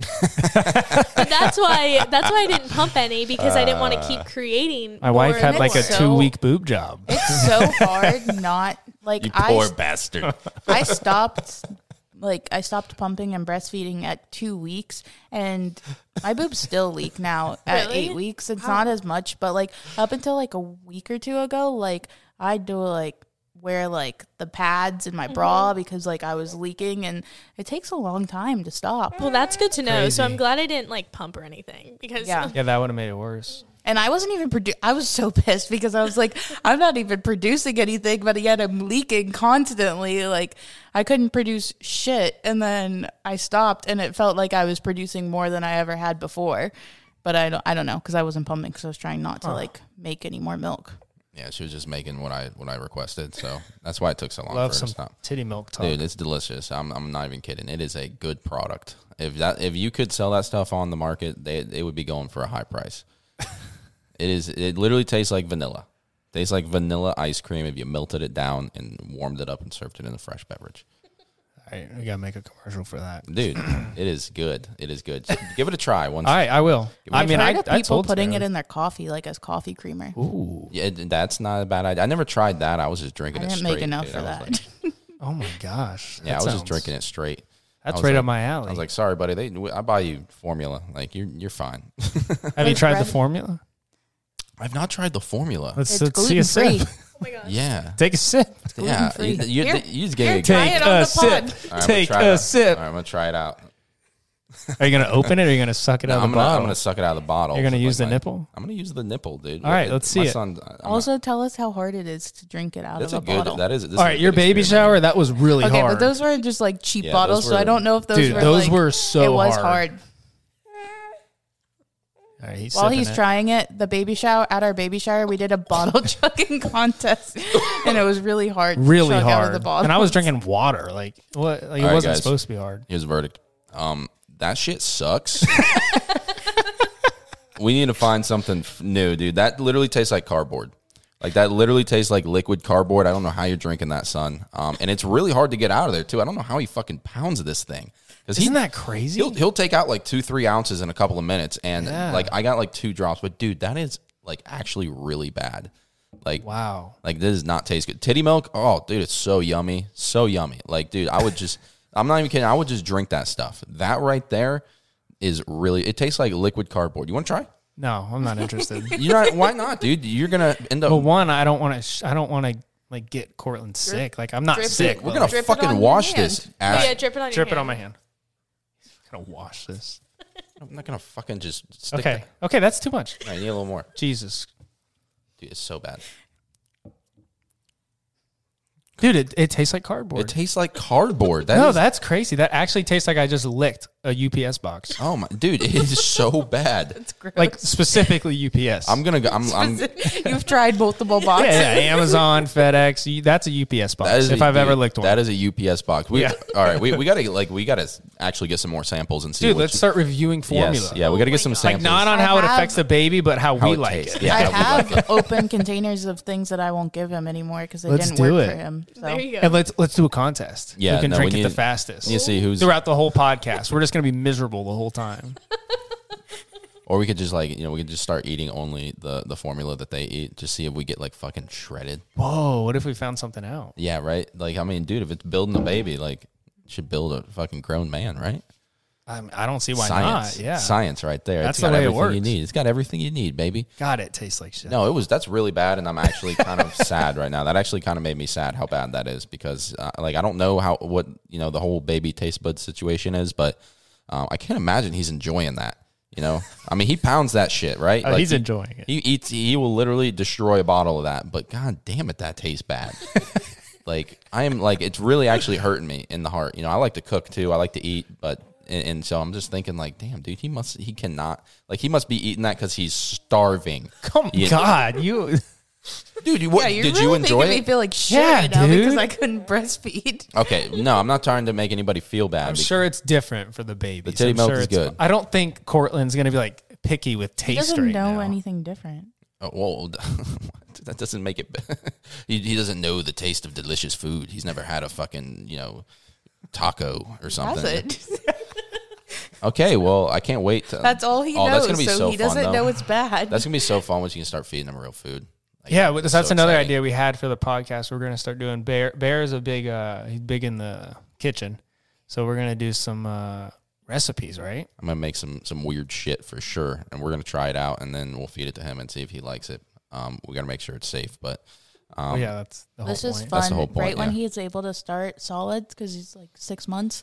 [SPEAKER 2] that's why that's why I didn't pump any because I didn't want to keep creating.
[SPEAKER 5] Uh, My wife
[SPEAKER 2] more
[SPEAKER 5] had like a
[SPEAKER 4] So-
[SPEAKER 5] two week boob job.
[SPEAKER 4] It's so hard not like
[SPEAKER 3] you poor
[SPEAKER 4] I
[SPEAKER 3] bastard
[SPEAKER 4] I stopped like I stopped pumping and breastfeeding at two weeks and my boobs still leak now at
[SPEAKER 2] Really?
[SPEAKER 4] eight weeks. It's not as much, but like up until like a week or two ago, like I do like wear like the pads in my bra because like I was leaking and it takes a long time to stop.
[SPEAKER 2] Well, that's good to know.
[SPEAKER 5] Crazy.
[SPEAKER 2] So I'm glad I didn't like pump or anything because
[SPEAKER 4] Yeah.
[SPEAKER 5] Yeah, that would have made it worse.
[SPEAKER 4] And I wasn't even produ- I was so pissed because I was like, I'm not even producing anything, but yet I'm leaking constantly. Like I couldn't produce shit, and then I stopped, and it felt like I was producing more than I ever had before. But I don't, I don't know because I wasn't pumping because I was trying not to like make any more milk.
[SPEAKER 3] Yeah, she was just making what I what I requested, so that's why it took so long
[SPEAKER 5] Love
[SPEAKER 3] for her
[SPEAKER 5] some
[SPEAKER 3] to stop.
[SPEAKER 5] titty milk talk.
[SPEAKER 3] Dude, it's delicious. I'm I'm not even kidding. It is a good product. If that if you could sell that stuff on the market, they they would be going for a high price. it is. It literally tastes like vanilla. Tastes like vanilla ice cream if you melted it down and warmed it up and served it in a fresh beverage.
[SPEAKER 5] All right, we gotta make a commercial for that.
[SPEAKER 3] Dude, it is good. It is good. Give it a try once.
[SPEAKER 5] All right, I will. I
[SPEAKER 4] I've
[SPEAKER 5] mean,
[SPEAKER 4] heard
[SPEAKER 5] I,
[SPEAKER 4] of
[SPEAKER 5] I
[SPEAKER 4] people
[SPEAKER 5] told
[SPEAKER 4] putting
[SPEAKER 5] Sarah.
[SPEAKER 4] it in their coffee like as coffee creamer.
[SPEAKER 3] Yeah, it- that's not a bad idea. I never tried that. I was just drinking
[SPEAKER 4] I
[SPEAKER 3] it
[SPEAKER 4] didn't
[SPEAKER 3] straight.
[SPEAKER 4] make enough
[SPEAKER 3] dude.
[SPEAKER 4] for
[SPEAKER 3] I was
[SPEAKER 4] that.
[SPEAKER 3] like-
[SPEAKER 5] Oh my gosh!
[SPEAKER 3] yeah,
[SPEAKER 5] That
[SPEAKER 3] I was just
[SPEAKER 5] sounds-
[SPEAKER 3] drinking it straight. I
[SPEAKER 5] That's
[SPEAKER 3] was
[SPEAKER 5] right
[SPEAKER 3] like-
[SPEAKER 5] up my alley.
[SPEAKER 3] I was like, sorry, buddy. They, I buy you formula. Like you're you're fine.
[SPEAKER 5] Have you
[SPEAKER 4] With
[SPEAKER 5] tried the
[SPEAKER 4] bread-
[SPEAKER 5] formula?
[SPEAKER 3] I've not tried the formula.
[SPEAKER 5] Let's,
[SPEAKER 4] It's
[SPEAKER 5] let's see a
[SPEAKER 4] gluten free.
[SPEAKER 5] sip.
[SPEAKER 3] yeah,
[SPEAKER 5] Take a sip.
[SPEAKER 3] yeah. You,
[SPEAKER 4] gluten-free.
[SPEAKER 3] you,
[SPEAKER 4] Here.
[SPEAKER 3] you just gave it.
[SPEAKER 4] Try
[SPEAKER 5] Take
[SPEAKER 4] it on
[SPEAKER 5] a
[SPEAKER 4] the
[SPEAKER 5] sip.
[SPEAKER 4] pod.
[SPEAKER 3] All right, I'm gonna
[SPEAKER 5] Take
[SPEAKER 3] try it
[SPEAKER 5] a
[SPEAKER 3] out.
[SPEAKER 5] sip.
[SPEAKER 3] All right, I'm gonna try it out.
[SPEAKER 5] Are you gonna open it or are you gonna suck it out
[SPEAKER 3] I'm
[SPEAKER 5] the
[SPEAKER 3] gonna, I'm
[SPEAKER 5] bottle?
[SPEAKER 3] gonna suck it out of the bottle.
[SPEAKER 5] You're gonna
[SPEAKER 3] Like
[SPEAKER 5] use the
[SPEAKER 3] my-
[SPEAKER 5] nipple?
[SPEAKER 3] I'm gonna use the nipple, dude.
[SPEAKER 5] All right, let's see
[SPEAKER 3] my
[SPEAKER 5] it.
[SPEAKER 3] Son, I'm not-
[SPEAKER 4] Also, tell us how hard it is to drink it out
[SPEAKER 3] that's a
[SPEAKER 4] of a
[SPEAKER 3] good.
[SPEAKER 4] bottle.
[SPEAKER 3] That is. This is
[SPEAKER 5] All
[SPEAKER 3] a
[SPEAKER 5] right,
[SPEAKER 3] good
[SPEAKER 5] your baby
[SPEAKER 3] experiment.
[SPEAKER 5] shower that was really
[SPEAKER 4] okay,
[SPEAKER 5] hard.
[SPEAKER 4] but those were just like cheap
[SPEAKER 3] Yeah, those
[SPEAKER 4] bottles, so
[SPEAKER 3] were-
[SPEAKER 4] I don't know if those
[SPEAKER 5] Dude,
[SPEAKER 4] were
[SPEAKER 5] those
[SPEAKER 4] like-
[SPEAKER 5] were so
[SPEAKER 4] it was
[SPEAKER 5] hard.
[SPEAKER 4] hard.
[SPEAKER 5] All right, he's
[SPEAKER 4] While
[SPEAKER 5] sipping
[SPEAKER 4] he's
[SPEAKER 5] it.
[SPEAKER 4] trying it, the baby shower at our baby shower, we did a bottle chugging contest, and it was really hard. to
[SPEAKER 5] really
[SPEAKER 4] chug Out of
[SPEAKER 5] hard,
[SPEAKER 4] the bottle.
[SPEAKER 5] and I was drinking water. Like what? Like, it
[SPEAKER 3] All right,
[SPEAKER 5] wasn't
[SPEAKER 3] guys.
[SPEAKER 5] supposed to be hard.
[SPEAKER 3] Here's a verdict. Um, that shit sucks. we need to find something f- new, dude. That literally tastes like cardboard. Like that literally tastes like liquid cardboard. I don't know how you're drinking that, son. Um, and it's really hard to get out of there too. I don't know how he fucking pounds this thing because he
[SPEAKER 5] Isn't that crazy?
[SPEAKER 3] he'll he'll take out like two three ounces in a couple of minutes, and
[SPEAKER 5] Yeah.
[SPEAKER 3] like I got like two drops. But dude, that is like actually really bad. Like
[SPEAKER 5] Wow.
[SPEAKER 3] like this does not taste good. Titty milk, oh dude, it's so yummy, so yummy. Like dude, I would just, I'm not even kidding. I would just drink that stuff. That right there is really. It tastes like liquid cardboard. You want to try?
[SPEAKER 5] No, I'm not interested.
[SPEAKER 3] You know why not, dude? You're gonna end up.
[SPEAKER 5] But one, I don't want to. Sh- I don't want to like get Cortland sick. Like I'm not
[SPEAKER 4] drip
[SPEAKER 5] sick.
[SPEAKER 4] it.
[SPEAKER 3] we're
[SPEAKER 5] but,
[SPEAKER 3] gonna
[SPEAKER 5] like,
[SPEAKER 4] Drip it on
[SPEAKER 3] fucking
[SPEAKER 4] your
[SPEAKER 3] wash
[SPEAKER 4] hand.
[SPEAKER 3] this. Ass.
[SPEAKER 2] yeah, drip it on
[SPEAKER 5] drip
[SPEAKER 2] your
[SPEAKER 5] it
[SPEAKER 2] hand.
[SPEAKER 5] on my hand. I'm gonna wash this.
[SPEAKER 3] I'm not gonna fucking just stick.
[SPEAKER 5] Okay.
[SPEAKER 3] that-
[SPEAKER 5] Okay, that's too much.
[SPEAKER 3] I need a little more.
[SPEAKER 5] Jesus,
[SPEAKER 3] Dude, it's so bad.
[SPEAKER 5] dude, it, it tastes like cardboard.
[SPEAKER 3] It tastes like cardboard. That
[SPEAKER 5] no,
[SPEAKER 3] is-
[SPEAKER 5] that's crazy. That actually tastes like I just licked a UPS box,
[SPEAKER 3] Oh my dude, it is so bad.
[SPEAKER 4] It's gross.
[SPEAKER 5] like specifically UPS.
[SPEAKER 3] I'm gonna go. I'm. I'm
[SPEAKER 4] You've tried multiple boxes.
[SPEAKER 5] yeah, yeah, Amazon, FedEx. you- That's a UPS box.
[SPEAKER 3] that is
[SPEAKER 5] if
[SPEAKER 3] a-
[SPEAKER 5] I've ever
[SPEAKER 3] dude,
[SPEAKER 5] licked one,
[SPEAKER 3] that is a UPS box. We all right. We, we gotta like we gotta actually get some more samples and see.
[SPEAKER 5] dude.
[SPEAKER 3] which-
[SPEAKER 5] Let's start reviewing formula.
[SPEAKER 3] Yes, yeah, we gotta get some
[SPEAKER 5] like
[SPEAKER 3] samples.
[SPEAKER 5] not on
[SPEAKER 4] I
[SPEAKER 5] how it
[SPEAKER 4] have-
[SPEAKER 5] affects the baby, but how,
[SPEAKER 3] How
[SPEAKER 5] we
[SPEAKER 3] it
[SPEAKER 5] like
[SPEAKER 3] tastes.
[SPEAKER 5] it.
[SPEAKER 3] Yeah,
[SPEAKER 4] Oh I
[SPEAKER 3] how we like
[SPEAKER 4] have open containers of things that I won't give him anymore because they
[SPEAKER 5] Let's
[SPEAKER 4] didn't
[SPEAKER 5] do
[SPEAKER 4] work
[SPEAKER 5] it.
[SPEAKER 4] for him. So.
[SPEAKER 2] There you go.
[SPEAKER 5] And let's let's do a contest.
[SPEAKER 3] Yeah,
[SPEAKER 5] who can
[SPEAKER 3] no,
[SPEAKER 5] drink
[SPEAKER 3] we
[SPEAKER 5] it the
[SPEAKER 3] need-
[SPEAKER 5] fastest?
[SPEAKER 3] You see who's
[SPEAKER 5] Throughout the whole podcast, we're just gonna be miserable the whole time.
[SPEAKER 3] Or we could just like you know we could just start eating only the the formula that they eat. Just see if we get like fucking shredded.
[SPEAKER 5] Whoa! What if we found something out?
[SPEAKER 3] Yeah, right. Like I mean, dude, if it's building a baby, like it should build a fucking grown man, right?
[SPEAKER 5] I, mean, I don't see why
[SPEAKER 3] Science,
[SPEAKER 5] not. Yeah,
[SPEAKER 3] science, right there.
[SPEAKER 5] That's
[SPEAKER 3] it's
[SPEAKER 5] the
[SPEAKER 3] got
[SPEAKER 5] way it
[SPEAKER 3] everything you
[SPEAKER 5] works.
[SPEAKER 3] need. It's got everything you need, baby.
[SPEAKER 5] God, it tastes like shit.
[SPEAKER 3] No, it was that's really bad, and I'm actually kind of sad right now. That actually kind of made me sad how bad that is because uh, like I don't know how what you know the whole baby taste bud situation is, but um, I can't imagine he's enjoying that. You know, I mean, he pounds that shit, right?
[SPEAKER 5] Oh,
[SPEAKER 3] Like,
[SPEAKER 5] he's
[SPEAKER 3] he-
[SPEAKER 5] enjoying it.
[SPEAKER 3] He eats. He will literally destroy a bottle of that. But god damn it, that tastes bad. like I am like it's really actually hurting me in the heart. You know, I like to cook too. I like to eat, but and, and so I'm just thinking like, damn, dude, he must he cannot like he must be eating that because he's starving.
[SPEAKER 5] Come,
[SPEAKER 3] Yeah.
[SPEAKER 5] God, you.
[SPEAKER 3] Dude, you, what,
[SPEAKER 4] Yeah,
[SPEAKER 3] did you enjoy
[SPEAKER 4] making
[SPEAKER 3] it?
[SPEAKER 4] me feel like shit
[SPEAKER 5] Yeah,
[SPEAKER 4] right now because
[SPEAKER 5] dude.
[SPEAKER 4] I couldn't breastfeed.
[SPEAKER 3] okay, no, I'm not trying to make anybody feel bad.
[SPEAKER 5] I'm
[SPEAKER 3] be-
[SPEAKER 5] sure it's different for the baby.
[SPEAKER 3] The titty
[SPEAKER 5] I'm
[SPEAKER 3] milk
[SPEAKER 5] sure
[SPEAKER 3] is
[SPEAKER 5] it's-
[SPEAKER 3] good.
[SPEAKER 5] I don't think Cortland's gonna be like picky with taste.
[SPEAKER 4] He doesn't
[SPEAKER 5] right
[SPEAKER 4] know
[SPEAKER 5] now.
[SPEAKER 4] anything different.
[SPEAKER 3] Oh, well, that doesn't make it. he, he doesn't know the taste of delicious food. He's never had a fucking you know taco or something.
[SPEAKER 4] That's it.
[SPEAKER 3] Okay, well, I can't wait. To,
[SPEAKER 4] That's all he
[SPEAKER 3] Oh,
[SPEAKER 4] knows.
[SPEAKER 3] that's gonna be
[SPEAKER 4] so,
[SPEAKER 3] so
[SPEAKER 4] he
[SPEAKER 3] fun,
[SPEAKER 4] doesn't
[SPEAKER 3] though.
[SPEAKER 4] know it's bad.
[SPEAKER 3] That's gonna be so fun once you can start feeding them real food. Like,
[SPEAKER 5] Yeah, well,
[SPEAKER 3] it's
[SPEAKER 5] that's, that's
[SPEAKER 3] so
[SPEAKER 5] another
[SPEAKER 3] exciting.
[SPEAKER 5] idea we had for the podcast. We're gonna start doing bear. Bear is a big. Uh, he's big in the kitchen, so we're gonna do some uh, recipes, right?
[SPEAKER 3] I'm gonna make some some weird shit for sure, and we're gonna try it out, and then we'll feed it to him and see if he likes it. Um, we gotta make sure it's safe, but um,
[SPEAKER 5] Oh, yeah, that's the whole
[SPEAKER 4] this is
[SPEAKER 5] point.
[SPEAKER 4] fun.
[SPEAKER 3] That's the whole point,
[SPEAKER 4] right when
[SPEAKER 3] yeah.
[SPEAKER 4] he's able to start solids because he's like six months,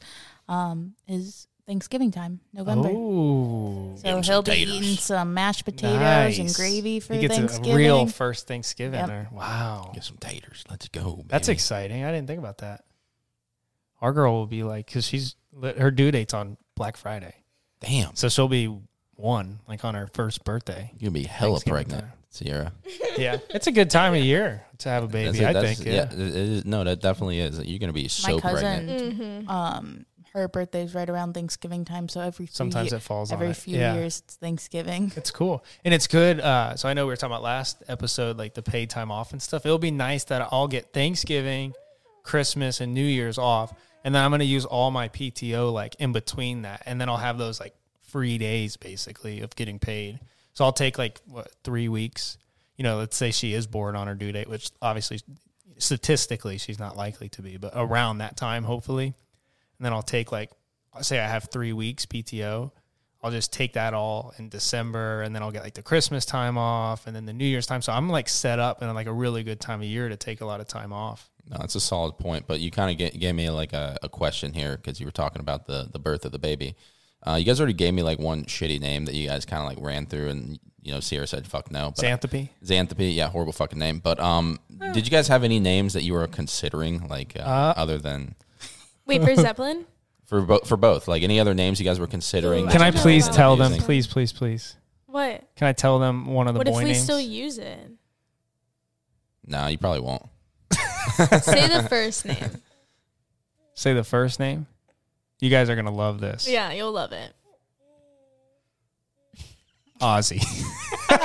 [SPEAKER 4] um, is Thanksgiving time, November.
[SPEAKER 5] Oh. Ooh,
[SPEAKER 4] So
[SPEAKER 1] him some
[SPEAKER 4] he'll be
[SPEAKER 1] taters.
[SPEAKER 4] eating some mashed potatoes and
[SPEAKER 5] Nice.
[SPEAKER 4] gravy for
[SPEAKER 5] he gets
[SPEAKER 4] Thanksgiving.
[SPEAKER 5] a real first Thanksgiving.
[SPEAKER 4] Yep.
[SPEAKER 5] There. Wow,
[SPEAKER 3] get some taters. Let's go.
[SPEAKER 5] that's
[SPEAKER 3] baby.
[SPEAKER 5] exciting. I didn't think about that. Our girl will be like, because she's her due date's on Black Friday,
[SPEAKER 3] damn.
[SPEAKER 5] so she'll be one like on her first birthday.
[SPEAKER 3] You're gonna be hella
[SPEAKER 5] Thanksgiving
[SPEAKER 3] pregnant,
[SPEAKER 5] time.
[SPEAKER 3] Sierra.
[SPEAKER 5] Yeah, it's a good time of year to have a baby.
[SPEAKER 3] That's it,
[SPEAKER 5] I
[SPEAKER 3] that's-
[SPEAKER 5] think. Yeah.
[SPEAKER 3] it is, no, that definitely is. You're gonna be so
[SPEAKER 4] cousin-
[SPEAKER 3] pregnant.
[SPEAKER 4] um, her birthday's right around Thanksgiving time, so every few
[SPEAKER 5] Sometimes
[SPEAKER 4] ye-
[SPEAKER 5] it falls on
[SPEAKER 4] every
[SPEAKER 5] it.
[SPEAKER 4] few
[SPEAKER 5] Yeah.
[SPEAKER 4] years it's Thanksgiving.
[SPEAKER 5] It's cool. And it's good. Uh, so I know we were talking about last episode, like the paid time off and stuff. It'll be nice that I'll get Thanksgiving, Christmas, and New Year's off. And then I'm going to use all my PTO like in between that. And then I'll have those like free days basically of getting paid. So I'll take like what, three weeks. You know, let's say she is born on her due date, which obviously statistically she's not likely to be, but around that time, hopefully and then I'll take like say I have three weeks PTO. I'll just take that all in December, and then I'll get like the Christmas time off, and then the New Year's time. So I'm like set up and like a really good time of year to take a lot of time off.
[SPEAKER 3] No, that's a solid point. But you kind of gave me like a, a question here because you were talking about the the birth of the baby. Uh, you guys already gave me like one shitty name that you guys kind of like ran through, and you know Sierra said fuck no. But
[SPEAKER 5] Xanthopy.
[SPEAKER 3] Xanthopy, yeah, horrible fucking name. But um,
[SPEAKER 2] Oh.
[SPEAKER 3] did you guys have any names that you were considering, like uh, other than
[SPEAKER 2] Wait for Zeppelin.
[SPEAKER 3] for both for both, like any other names you guys were considering?
[SPEAKER 2] Can I
[SPEAKER 3] that you
[SPEAKER 2] please
[SPEAKER 3] were
[SPEAKER 2] tell
[SPEAKER 3] using?
[SPEAKER 5] Please, please, please.
[SPEAKER 2] What?
[SPEAKER 5] Can I tell them one of
[SPEAKER 2] what if we still use it?
[SPEAKER 3] No, you probably won't.
[SPEAKER 2] Say the first name.
[SPEAKER 5] Say the first name. You guys are gonna love this.
[SPEAKER 2] Yeah, you'll love it.
[SPEAKER 5] Ozzy.
[SPEAKER 3] no,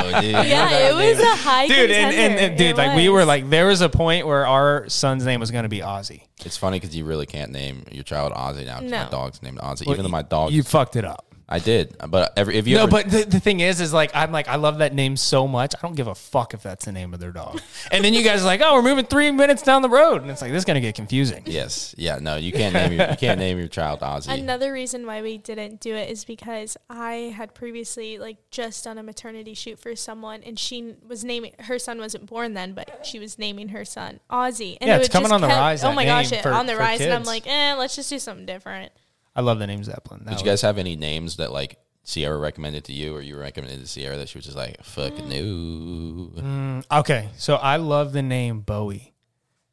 [SPEAKER 3] Oh, dude.
[SPEAKER 2] Yeah, it was a high
[SPEAKER 5] dude, and, and, and
[SPEAKER 2] contender.
[SPEAKER 5] dude,
[SPEAKER 2] It
[SPEAKER 5] like we
[SPEAKER 2] was.
[SPEAKER 5] were like, there was a point where our son's name was gonna be Ozzy.
[SPEAKER 3] It's funny because you really can't name your child Ozzy now. 'cause My
[SPEAKER 2] No.
[SPEAKER 3] dog's named Ozzy, even though my dog.
[SPEAKER 5] You fucked it up.
[SPEAKER 3] I did, but every if you
[SPEAKER 5] no,
[SPEAKER 3] ever-
[SPEAKER 5] but the, the thing is, is like I'm like I love that name so much. I don't give a fuck if that's the name of their dog. And then you guys are like, oh, we're moving three minutes down the road, and it's like this is gonna get confusing.
[SPEAKER 3] yes, yeah, no, you can't name your, you can't name your child Ozzy.
[SPEAKER 2] Another reason why we didn't do it is because I had previously like just done a maternity shoot for someone, and she was naming her son wasn't born then, but she was naming her son Ozzy. And
[SPEAKER 5] Yeah,
[SPEAKER 2] it
[SPEAKER 5] it's
[SPEAKER 2] would
[SPEAKER 5] coming
[SPEAKER 2] just
[SPEAKER 5] on the
[SPEAKER 2] kept-
[SPEAKER 5] rise,
[SPEAKER 2] Oh
[SPEAKER 5] that
[SPEAKER 2] my gosh,
[SPEAKER 5] name
[SPEAKER 2] it,
[SPEAKER 5] for-
[SPEAKER 2] on the
[SPEAKER 5] for
[SPEAKER 2] rise, and I'm
[SPEAKER 5] kids.
[SPEAKER 2] like, eh, let's just do something different.
[SPEAKER 5] I love the name Zeppelin. That
[SPEAKER 3] Did you
[SPEAKER 5] was-
[SPEAKER 3] guys have any names that like Sierra recommended to you, or you recommended to Sierra that she was just like fuck
[SPEAKER 2] Mm.
[SPEAKER 3] no
[SPEAKER 5] okay, so I love the name Bowie,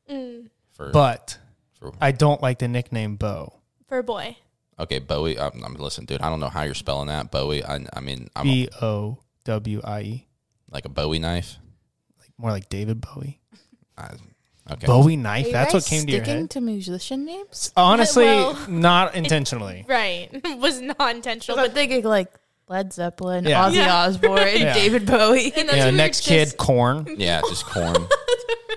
[SPEAKER 3] for
[SPEAKER 5] but
[SPEAKER 3] for
[SPEAKER 5] I don't like the nickname Bo.
[SPEAKER 2] For a boy,
[SPEAKER 3] Okay, Bowie. I'm, I'm listen, dude. I don't know how you're spelling that, Bowie. I, I mean, I'm
[SPEAKER 5] B O W I E.
[SPEAKER 3] like a Bowie knife.
[SPEAKER 5] Like more like David Bowie.
[SPEAKER 3] I, okay,
[SPEAKER 5] Bowie
[SPEAKER 4] Are
[SPEAKER 5] knife.
[SPEAKER 4] you
[SPEAKER 5] That's
[SPEAKER 4] guys
[SPEAKER 5] what came to your
[SPEAKER 4] sticking
[SPEAKER 5] head.
[SPEAKER 4] to musician names?
[SPEAKER 5] Honestly,
[SPEAKER 2] Well-
[SPEAKER 5] not intentionally.
[SPEAKER 2] Right. was not intentional.
[SPEAKER 4] I'm
[SPEAKER 2] But
[SPEAKER 4] thinking like Led Zeppelin,
[SPEAKER 5] Yeah.
[SPEAKER 4] Ozzy
[SPEAKER 2] Yeah.
[SPEAKER 4] Osbourne,
[SPEAKER 5] Yeah.
[SPEAKER 4] David Bowie
[SPEAKER 2] and that's
[SPEAKER 5] Yeah,
[SPEAKER 2] what we were
[SPEAKER 5] next kid,
[SPEAKER 2] just-
[SPEAKER 5] corn.
[SPEAKER 3] yeah, just corn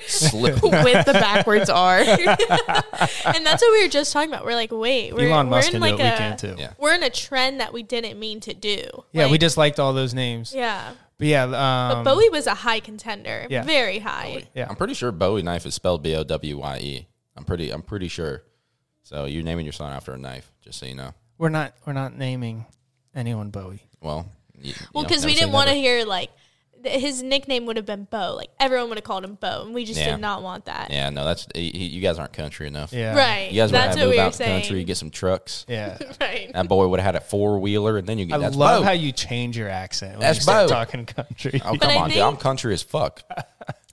[SPEAKER 3] slip.
[SPEAKER 4] with the backwards R.
[SPEAKER 2] and that's what we were just talking about. We're like, wait, we're,
[SPEAKER 5] Elon
[SPEAKER 2] we're
[SPEAKER 5] Musk
[SPEAKER 2] in
[SPEAKER 5] can
[SPEAKER 2] like
[SPEAKER 5] do it.
[SPEAKER 2] a
[SPEAKER 5] we can too.
[SPEAKER 3] Yeah.
[SPEAKER 2] we're in a trend that we didn't mean to do.
[SPEAKER 5] Yeah, we
[SPEAKER 2] Like,
[SPEAKER 5] just liked all those names.
[SPEAKER 2] Yeah,
[SPEAKER 5] But yeah,
[SPEAKER 2] but
[SPEAKER 5] um,
[SPEAKER 2] Bowie was a high contender.
[SPEAKER 5] yeah.
[SPEAKER 2] very high.
[SPEAKER 5] Yeah.
[SPEAKER 3] I'm pretty sure Bowie knife is spelled B O W Y E. I'm pretty. I'm pretty sure. So you're naming your son after a knife, just so you know.
[SPEAKER 5] we're not we're not naming anyone Bowie.
[SPEAKER 3] Well, you,
[SPEAKER 2] Well, because we didn't want to hear like th- his nickname would have been Bo. Like everyone would have called him Bo, and we just
[SPEAKER 3] Yeah.
[SPEAKER 2] did not want that.
[SPEAKER 3] Yeah, no, that's y- y- you guys aren't country enough.
[SPEAKER 5] Yeah.
[SPEAKER 2] Right.
[SPEAKER 3] you guys would
[SPEAKER 2] that's
[SPEAKER 3] have
[SPEAKER 2] what
[SPEAKER 3] moved
[SPEAKER 2] we were
[SPEAKER 3] out the
[SPEAKER 2] saying.
[SPEAKER 3] country, get some trucks.
[SPEAKER 5] Yeah.
[SPEAKER 2] Right.
[SPEAKER 3] That boy would have had a four wheeler, and then you
[SPEAKER 5] I
[SPEAKER 3] get that's
[SPEAKER 5] love
[SPEAKER 3] Bowie.
[SPEAKER 5] how you change your accent when
[SPEAKER 3] That's
[SPEAKER 5] you start
[SPEAKER 3] Bo.
[SPEAKER 5] talking country.
[SPEAKER 3] Oh,
[SPEAKER 2] But
[SPEAKER 3] come
[SPEAKER 2] I
[SPEAKER 3] on, dude.
[SPEAKER 2] think-
[SPEAKER 3] I'm country as fuck.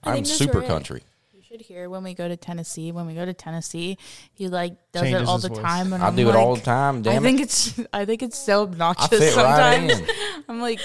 [SPEAKER 3] I'm
[SPEAKER 2] that's
[SPEAKER 3] super
[SPEAKER 2] right.
[SPEAKER 3] country.
[SPEAKER 4] You should hear when we go to Tennessee. When we go to Tennessee, he like does it
[SPEAKER 5] Changes
[SPEAKER 4] all
[SPEAKER 5] his
[SPEAKER 4] the
[SPEAKER 5] voice.
[SPEAKER 4] time. And
[SPEAKER 3] I
[SPEAKER 4] I'm
[SPEAKER 3] do it all the
[SPEAKER 4] like-
[SPEAKER 3] time.
[SPEAKER 4] I
[SPEAKER 3] Damn
[SPEAKER 4] think
[SPEAKER 3] it.
[SPEAKER 4] it's I think it's so
[SPEAKER 3] I
[SPEAKER 4] obnoxious
[SPEAKER 3] fit
[SPEAKER 4] sometimes.
[SPEAKER 3] right in.
[SPEAKER 4] I'm like,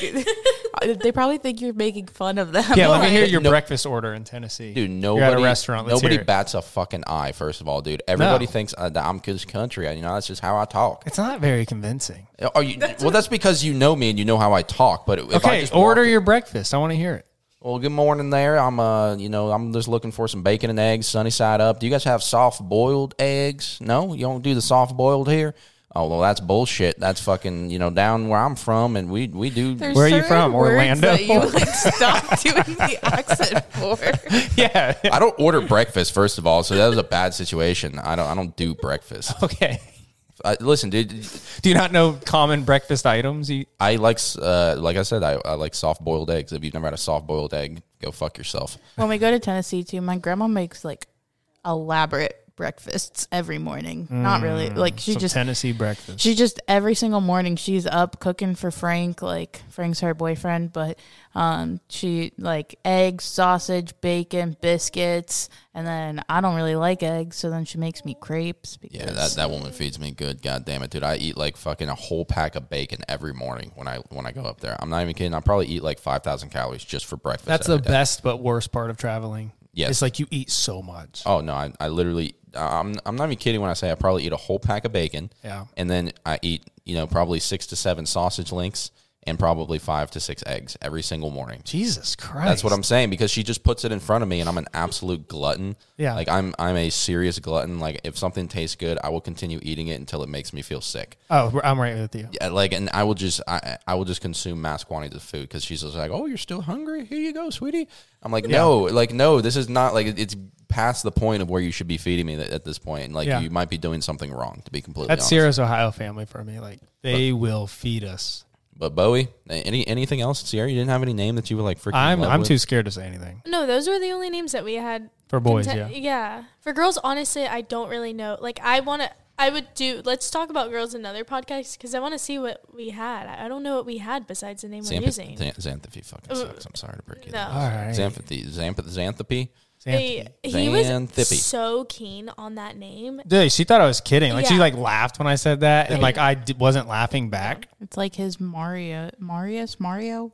[SPEAKER 4] they probably think you're making fun of them.
[SPEAKER 5] Yeah, let me hear
[SPEAKER 3] Like,
[SPEAKER 5] your
[SPEAKER 3] no-
[SPEAKER 5] breakfast order in Tennessee.
[SPEAKER 3] Dude,
[SPEAKER 5] You're
[SPEAKER 3] nobody,
[SPEAKER 5] at a restaurant. Let's
[SPEAKER 3] nobody
[SPEAKER 5] hear it.
[SPEAKER 3] bats a fucking eye. First of all, dude, everybody
[SPEAKER 5] No.
[SPEAKER 3] thinks uh, that I'm just country. You know, that's just how I talk.
[SPEAKER 5] It's not very convincing.
[SPEAKER 3] Are you? well, that's because you know me and you know how I talk. But if I
[SPEAKER 5] Okay,
[SPEAKER 3] just
[SPEAKER 5] order
[SPEAKER 3] walked-
[SPEAKER 5] your breakfast. I want to hear it.
[SPEAKER 3] Well, good morning there. I'm uh, you know, I'm just looking for some bacon and eggs, sunny side up. Do you guys have soft boiled eggs? No, you don't do the soft boiled here. Oh well, that's bullshit. That's fucking you know down where I'm from, and we we do.
[SPEAKER 4] There's
[SPEAKER 5] Where are you
[SPEAKER 4] certain
[SPEAKER 5] from?
[SPEAKER 4] words
[SPEAKER 5] Orlando?
[SPEAKER 4] That you like stop doing the accent for.
[SPEAKER 5] Yeah.
[SPEAKER 3] I don't order breakfast first of all, so that was a bad situation. I don't I don't do breakfast.
[SPEAKER 5] okay.
[SPEAKER 3] I, listen, dude,
[SPEAKER 5] Do you not know common breakfast items? You,
[SPEAKER 3] I like s- uh like I said, I, I like soft boiled eggs. If you've never had a soft boiled egg, go fuck yourself.
[SPEAKER 4] When we go to Tennessee too, my grandma makes like elaborate breakfasts every morning. Not really like she
[SPEAKER 5] Mm, some
[SPEAKER 4] just
[SPEAKER 5] Tennessee breakfast.
[SPEAKER 4] she just every single morning she's up cooking for Frank, like Frank's her boyfriend, but um she like eggs, sausage, bacon, biscuits, and then I don't really like eggs, so then she makes me crepes because
[SPEAKER 3] Yeah, that, that woman feeds me good. God damn it, dude! I eat like fucking a whole pack of bacon every morning when I when I go up there. I'm not even kidding. I probably eat like five thousand calories just for breakfast.
[SPEAKER 5] That's the
[SPEAKER 3] every day.
[SPEAKER 5] best but worst part of traveling.
[SPEAKER 3] Yes.
[SPEAKER 5] It's like you eat so much.
[SPEAKER 3] Oh no, I, I literally I'm I'm not even kidding when I say I probably eat a whole pack of bacon.
[SPEAKER 5] Yeah.
[SPEAKER 3] and then I eat you know probably six to seven sausage links and probably five to six eggs every single morning.
[SPEAKER 5] Jesus Christ.
[SPEAKER 3] That's what I'm saying because she just puts it in front of me, and I'm an absolute glutton.
[SPEAKER 5] Yeah.
[SPEAKER 3] like I'm I'm a serious glutton. Like if something tastes good, I will continue eating it until it makes me feel sick.
[SPEAKER 5] Oh, I'm right with you.
[SPEAKER 3] Yeah, uh, like, and I will just I I will just consume mass quantities of food because she's just like, oh, you're still hungry? Here you go, sweetie. I'm like, no, like no, this is not like it's past the point of where you should be feeding me at, at this point, and like
[SPEAKER 5] Yeah.
[SPEAKER 3] you might be doing something wrong to be completely
[SPEAKER 5] That's
[SPEAKER 3] honest.
[SPEAKER 5] Sierra's Ohio family for me. Like they will feed us.
[SPEAKER 3] But Bowie, any anything else, Sierra? You didn't have any name that you were like freaking.
[SPEAKER 5] I'm
[SPEAKER 3] in love
[SPEAKER 5] I'm
[SPEAKER 3] with?
[SPEAKER 5] too scared to say anything
[SPEAKER 2] No, those were the only names that we had.
[SPEAKER 5] for boys.
[SPEAKER 2] Conte-
[SPEAKER 5] yeah.
[SPEAKER 2] yeah. For girls, honestly, I don't really know. Like, I want to. I would do. Let's talk about girls in another podcast because I want to see what we had. I I don't know what we had besides the name we're using.
[SPEAKER 3] Xanth- Xan- Xanthopy fucking sucks. I'm sorry to break it.
[SPEAKER 2] No.
[SPEAKER 3] No.
[SPEAKER 5] All right.
[SPEAKER 3] Xanthopy, Xanth- Xanthopy.
[SPEAKER 5] Xanthi.
[SPEAKER 2] They- he
[SPEAKER 3] Xanthippe.
[SPEAKER 2] was so keen on that name.
[SPEAKER 5] Dude, she thought I was kidding. Like she
[SPEAKER 2] Yeah.
[SPEAKER 5] like laughed when I said that, and like I d- wasn't laughing back.
[SPEAKER 4] it's like his Mario Marius Mario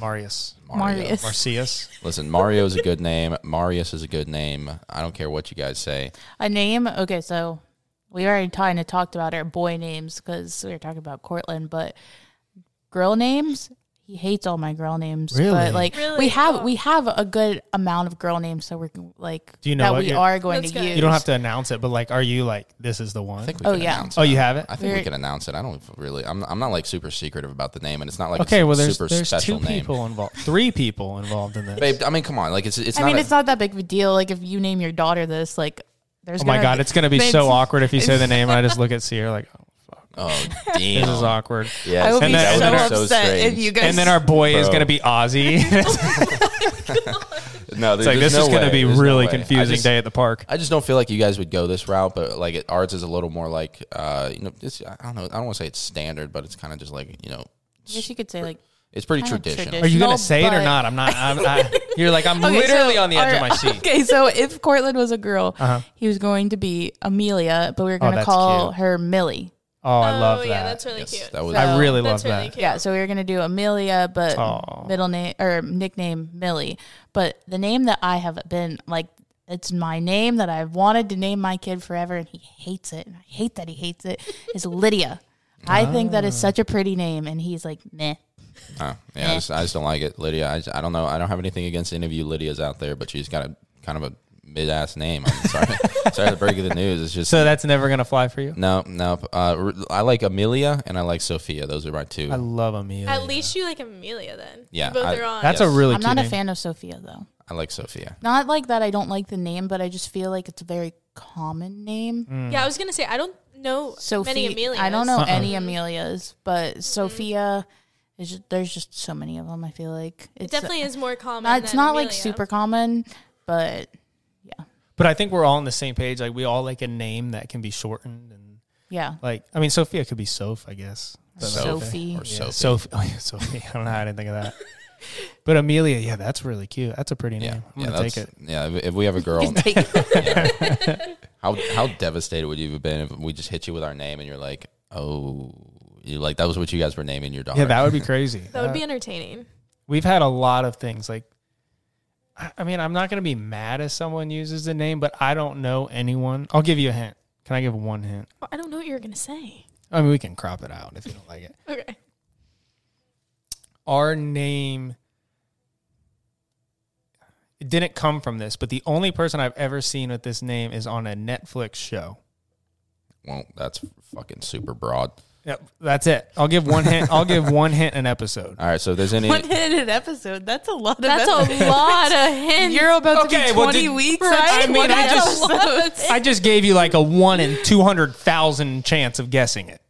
[SPEAKER 5] Marius,
[SPEAKER 3] Mario.
[SPEAKER 4] Marius.
[SPEAKER 5] Marcius.
[SPEAKER 3] Listen, Mario is a good name. Marius is a good name. I don't care what you guys say.
[SPEAKER 4] A name? Okay, so we already kind of talked about our boy names because we were talking about Cortland, but girl names. He hates all my girl names.
[SPEAKER 5] Really?
[SPEAKER 4] But like
[SPEAKER 2] Really?
[SPEAKER 4] we have
[SPEAKER 2] Oh.
[SPEAKER 4] we have a good amount of girl names, so we're like
[SPEAKER 5] Do you know
[SPEAKER 4] that
[SPEAKER 5] what
[SPEAKER 4] we
[SPEAKER 5] your-
[SPEAKER 4] are going
[SPEAKER 2] That's
[SPEAKER 4] to
[SPEAKER 2] good.
[SPEAKER 4] use.
[SPEAKER 5] You don't have to announce it, but like, are you like this is the one?
[SPEAKER 3] I think we
[SPEAKER 4] Oh,
[SPEAKER 3] can
[SPEAKER 4] yeah.
[SPEAKER 3] announce
[SPEAKER 5] oh,
[SPEAKER 3] it.
[SPEAKER 5] you have it.
[SPEAKER 3] I think we
[SPEAKER 4] We're-
[SPEAKER 3] can announce it. I don't really. I'm, I'm not like super secretive about the name, and it's not like
[SPEAKER 5] okay,
[SPEAKER 3] it's a
[SPEAKER 5] well, there's
[SPEAKER 3] super
[SPEAKER 5] there's two
[SPEAKER 3] special name.
[SPEAKER 5] people involved, three people involved in this.
[SPEAKER 3] Babe, I mean, come on, like it's it's
[SPEAKER 4] I
[SPEAKER 3] not.
[SPEAKER 4] mean,
[SPEAKER 3] a-
[SPEAKER 4] it's not that big of a deal. Like if you name your daughter this, like there's.
[SPEAKER 5] oh my
[SPEAKER 4] gonna
[SPEAKER 5] god, it's gonna be
[SPEAKER 4] it's-
[SPEAKER 5] so awkward if you say the name. and I just look at Sierra like, oh,
[SPEAKER 3] oh
[SPEAKER 5] this
[SPEAKER 3] damn,
[SPEAKER 5] is awkward.
[SPEAKER 3] Yes,
[SPEAKER 4] I would
[SPEAKER 5] And
[SPEAKER 4] be
[SPEAKER 5] then-
[SPEAKER 4] so
[SPEAKER 3] that
[SPEAKER 4] upset
[SPEAKER 3] would've been
[SPEAKER 4] if
[SPEAKER 3] strange.
[SPEAKER 4] you guys.
[SPEAKER 5] And then our boy is
[SPEAKER 3] Bro.
[SPEAKER 5] gonna be Ozzy.
[SPEAKER 3] No,
[SPEAKER 5] It's like this is going to be really confusing
[SPEAKER 3] just,
[SPEAKER 5] day at the park.
[SPEAKER 3] I just don't feel like you guys would go this route, but like it, ours is a little more like uh, you know, it's, I don't know, I don't want to say it's standard, but it's kind of just like you know,
[SPEAKER 4] I guess you could say like.
[SPEAKER 3] it's pretty
[SPEAKER 4] Kind of
[SPEAKER 3] traditional.
[SPEAKER 5] Are you going
[SPEAKER 4] No,
[SPEAKER 5] to say it or
[SPEAKER 4] but-
[SPEAKER 5] not? I'm not. I'm, I, you're like I'm
[SPEAKER 4] Okay, so
[SPEAKER 5] literally on the edge of
[SPEAKER 4] our-
[SPEAKER 5] my seat.
[SPEAKER 4] Okay, so if Cortland was a girl,
[SPEAKER 5] Uh-huh. Oh,
[SPEAKER 4] he was going to be Amelia, but we were going to
[SPEAKER 5] that's
[SPEAKER 4] call
[SPEAKER 5] cute.
[SPEAKER 4] her Millie.
[SPEAKER 5] Oh, I love that.
[SPEAKER 2] yeah, that's really
[SPEAKER 3] Yes,
[SPEAKER 2] cute.
[SPEAKER 3] that was
[SPEAKER 5] I
[SPEAKER 4] So-
[SPEAKER 5] really love
[SPEAKER 2] that's really
[SPEAKER 5] that.
[SPEAKER 2] cute.
[SPEAKER 4] Yeah, so we were gonna do Amelia, but
[SPEAKER 5] Aw.
[SPEAKER 4] middle name or nickname Millie. But the name that I have been like, it's my name that I've wanted to name my kid forever, and he hates it, and I hate that he hates it. Is Lydia. I think that is
[SPEAKER 5] Ah.
[SPEAKER 4] such a pretty name, and he's like, meh.
[SPEAKER 3] Oh, yeah, I just, I just don't like it, Lydia. I, just, I don't know. I don't have anything against any of you Lydias out there, but she's got a kind of a mid ass name. I'm sorry, sorry to break you the news. It's just
[SPEAKER 5] So that's never gonna fly for you.
[SPEAKER 3] no, no. Uh, I like Amelia and I like Sophia. Those are my two.
[SPEAKER 5] I love Amelia.
[SPEAKER 2] At least you like Amelia then.
[SPEAKER 3] Yeah,
[SPEAKER 2] You both
[SPEAKER 3] I-
[SPEAKER 2] are on.
[SPEAKER 5] that's
[SPEAKER 3] Yes.
[SPEAKER 5] a really.
[SPEAKER 4] I'm not
[SPEAKER 5] cute
[SPEAKER 4] a
[SPEAKER 5] name.
[SPEAKER 4] fan of Sophia though.
[SPEAKER 3] I like Sophia.
[SPEAKER 4] Not like that. I don't like the name, but I just feel like it's a very common name.
[SPEAKER 2] yeah, I was gonna say I don't know
[SPEAKER 4] Sophie.
[SPEAKER 2] many Amelias. Mm-hmm.
[SPEAKER 4] I don't know
[SPEAKER 5] Uh-uh.
[SPEAKER 4] any Amelias, but Sophia is just, there's just so many of them. I feel like
[SPEAKER 2] It definitely is more common.
[SPEAKER 4] not, it's
[SPEAKER 2] than
[SPEAKER 4] not like
[SPEAKER 2] Amelia.
[SPEAKER 4] super common, but
[SPEAKER 5] But I think we're all on the same page. Like we all like a name that can be shortened and
[SPEAKER 4] yeah,
[SPEAKER 5] like I mean Sophia could be Soph, I guess. But, like,
[SPEAKER 4] Sophie.
[SPEAKER 3] Or Sophie.
[SPEAKER 5] Yeah, Sophie. Oh, yeah, Sophie. I don't know how I didn't think of that. But Amelia, yeah, that's really cute. That's a pretty name.
[SPEAKER 3] yeah,
[SPEAKER 5] I'm
[SPEAKER 3] yeah,
[SPEAKER 5] gonna take it.
[SPEAKER 3] that's- Yeah, if, if we have a girl, how how devastated would you have been if we just hit you with our name and you're like, oh, you like that was what you guys were naming your daughter?
[SPEAKER 5] Yeah, that would be crazy.
[SPEAKER 2] That would be
[SPEAKER 5] Uh,
[SPEAKER 2] entertaining.
[SPEAKER 5] we've had a lot of things like. I I mean, I'm not gonna be mad if someone uses the name, but I don't know anyone. I'll give you a hint. Can I give one hint?
[SPEAKER 2] Well, I don't know what you're gonna say.
[SPEAKER 5] I mean, we can crop it out if you don't like it.
[SPEAKER 2] Okay.
[SPEAKER 5] our name it didn't come from this, but the only person I've ever seen with this name is on a Netflix show.
[SPEAKER 3] well, that's fucking super broad.
[SPEAKER 5] Yep, that's it. I'll give one hint. I'll give one hint an episode.
[SPEAKER 3] All right, so if there's any.
[SPEAKER 4] minute episode. That's a lot of.
[SPEAKER 2] That's a lot of hints.
[SPEAKER 4] You're about
[SPEAKER 5] to be Okay, well, 20 did- weeks I on mean, one I just-
[SPEAKER 4] episode.
[SPEAKER 5] I just gave you like a one in two hundred thousand chance of guessing it.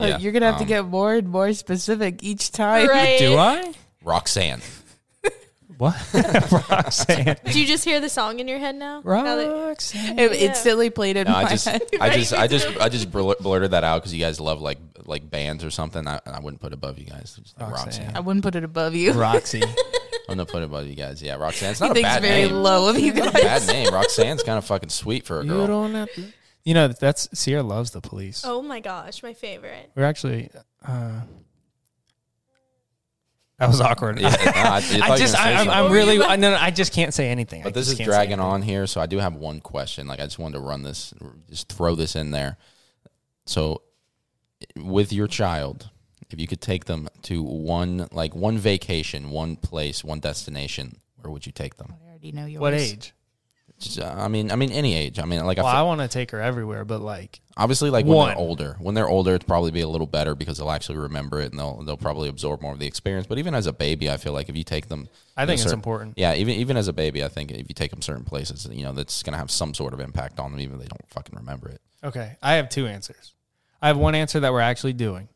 [SPEAKER 3] yeah,
[SPEAKER 4] You're gonna have to
[SPEAKER 3] um,
[SPEAKER 4] get more and more specific each time.
[SPEAKER 2] right.
[SPEAKER 5] Do I?
[SPEAKER 3] Roxanne.
[SPEAKER 5] What? Roxanne.
[SPEAKER 2] Do you just hear the song in your head now? Now that-
[SPEAKER 5] Roxanne.
[SPEAKER 4] It instantly played in
[SPEAKER 3] No,
[SPEAKER 4] my
[SPEAKER 3] I just,
[SPEAKER 4] head.
[SPEAKER 3] I just, I just, I just blur- blurted that out because you guys love like like bands or something. I, I wouldn't put it above you guys. Just like
[SPEAKER 5] Roxanne.
[SPEAKER 3] Roxanne.
[SPEAKER 4] I wouldn't put it above you.
[SPEAKER 5] Roxy.
[SPEAKER 3] I'm gonna put it above you guys. Yeah, Roxanne's not
[SPEAKER 4] He
[SPEAKER 3] a
[SPEAKER 4] thinks
[SPEAKER 3] bad
[SPEAKER 4] very
[SPEAKER 3] name.
[SPEAKER 4] low of you guys.
[SPEAKER 3] Bad name. Roxanne's kind of fucking sweet for a
[SPEAKER 5] you
[SPEAKER 3] girl.
[SPEAKER 5] don't have to. You know that's Sierra loves the police.
[SPEAKER 2] Oh my gosh, my favorite.
[SPEAKER 5] We're actually. Uh, that was awkward.
[SPEAKER 3] Yeah, no, I,
[SPEAKER 5] I just, I, I'm, I'm really,
[SPEAKER 2] about?
[SPEAKER 5] I, no, no, I just can't say anything. I
[SPEAKER 3] But this
[SPEAKER 5] just
[SPEAKER 3] is
[SPEAKER 5] can't say
[SPEAKER 3] dragging
[SPEAKER 5] anything.
[SPEAKER 3] on here, so I do have one question. Like, I just wanted to run this, just throw this in there. So, with your child, if you could take them to one, like one vacation, one place, one destination, where would you take them?
[SPEAKER 4] I already know yours.
[SPEAKER 5] What age?
[SPEAKER 3] Just, uh, I mean, I mean, any age. I mean, like,
[SPEAKER 5] Well,
[SPEAKER 3] I
[SPEAKER 5] I
[SPEAKER 3] feel,
[SPEAKER 5] want to take her everywhere, but like,
[SPEAKER 3] obviously, like when
[SPEAKER 5] one.
[SPEAKER 3] they're older. When they're older, it'd probably be a little better because they'll actually remember it and they'll they'll probably absorb more of the experience. But even as a baby, I feel like if you take them,
[SPEAKER 5] I
[SPEAKER 3] you know,
[SPEAKER 5] think it's
[SPEAKER 3] certain-
[SPEAKER 5] important.
[SPEAKER 3] Yeah, even even as a baby, I think if you take them certain places, you know, that's going to have some sort of impact on them, even if they don't fucking remember it.
[SPEAKER 5] Okay, I have two answers. I have one answer that we're actually doing,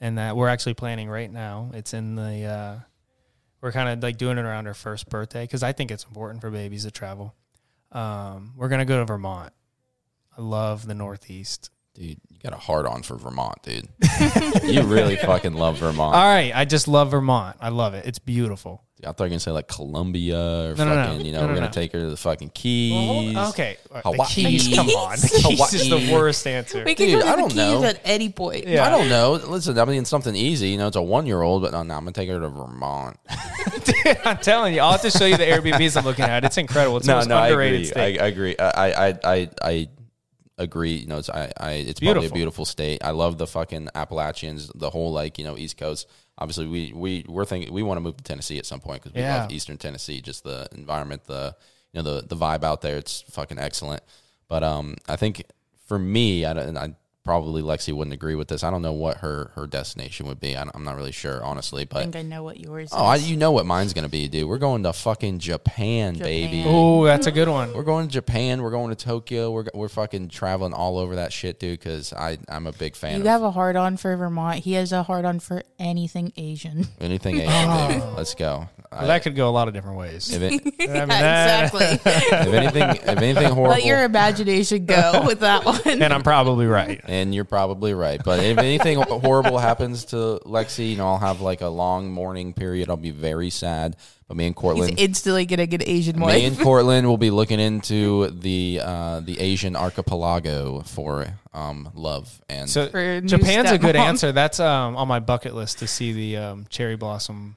[SPEAKER 5] and that we're actually planning right now. It's in the, uh, we're kind of like doing it around her first birthday because I think it's important for babies to travel. Um, we're gonna go to Vermont. I love the Northeast.
[SPEAKER 3] Dude, you got a hard on for Vermont, dude. you really fucking love Vermont.
[SPEAKER 5] All right, I just love Vermont. I love it. It's beautiful.
[SPEAKER 3] I thought you were going to say like Columbia or
[SPEAKER 5] No, no, no.
[SPEAKER 3] fucking, you know,
[SPEAKER 5] No, no,
[SPEAKER 3] we're going
[SPEAKER 5] no.
[SPEAKER 3] to take her to the fucking Keys.
[SPEAKER 5] Oh, Okay,
[SPEAKER 3] Hawaii.
[SPEAKER 5] the Keys. Come on, the Keys is the
[SPEAKER 3] Hawaii.
[SPEAKER 5] worst answer.
[SPEAKER 4] We can
[SPEAKER 3] Dude,
[SPEAKER 4] go to
[SPEAKER 3] I
[SPEAKER 4] the
[SPEAKER 3] don't
[SPEAKER 4] keys
[SPEAKER 3] know.
[SPEAKER 4] at any point.
[SPEAKER 5] Yeah.
[SPEAKER 3] I don't know. Listen, I mean, it's something easy. You know, it's a one year old, but no, no, I'm going to take her to Vermont.
[SPEAKER 5] I'm telling you, I'll have to show you the Airbnbs I'm looking at. It's incredible. It's the most underrated state.
[SPEAKER 3] I, I agree. I, I, I, I agree. You know, it's I, I it's probably a
[SPEAKER 5] Beautiful.
[SPEAKER 3] beautiful state. I love the fucking Appalachians, the whole like you know East Coast. Obviously, we we we're thinking we want to move to Tennessee at some point because we
[SPEAKER 5] Yeah.
[SPEAKER 3] love Eastern Tennessee, just the environment, the you know the the vibe out there. It's fucking excellent. But um, I think for me, I don't. I, Probably Lexi wouldn't agree with this. I don't know what her her destination would be. I, I'm not really sure, honestly.
[SPEAKER 4] I
[SPEAKER 3] But
[SPEAKER 4] think I know what yours
[SPEAKER 3] oh, I,
[SPEAKER 4] is.
[SPEAKER 3] you know what mine's gonna be, dude. We're going to fucking Japan. baby.
[SPEAKER 4] Japan.
[SPEAKER 5] oh, that's a good one.
[SPEAKER 3] We're going to Japan. We're going to Tokyo. We're we're fucking traveling all over that shit, dude. Because I I'm a big fan
[SPEAKER 4] you
[SPEAKER 3] of
[SPEAKER 4] have a hard on for Vermont. He has a hard on for anything Asian.
[SPEAKER 3] anything Asian. dude. Let's go. I-
[SPEAKER 5] Well, that could go a lot of different ways.
[SPEAKER 3] if, it, if
[SPEAKER 5] I mean, that-
[SPEAKER 4] exactly.
[SPEAKER 3] anything if anything
[SPEAKER 4] Let
[SPEAKER 3] horrible,
[SPEAKER 4] your imagination go with that one.
[SPEAKER 5] and I'm probably right.
[SPEAKER 3] and you're probably right. But if anything horrible happens to Lexi, you know I'll have like a long mourning period. I'll be very sad. But me and
[SPEAKER 4] He's
[SPEAKER 3] Cortland,
[SPEAKER 4] instantly gonna get Asian
[SPEAKER 3] me
[SPEAKER 4] wife.
[SPEAKER 3] and Cortland will be looking into the uh, the Asian archipelago for um, love and
[SPEAKER 5] So
[SPEAKER 4] For new
[SPEAKER 5] Japan's a good
[SPEAKER 4] stepmom.
[SPEAKER 5] answer. That's um, on my bucket list to see the um, cherry blossom.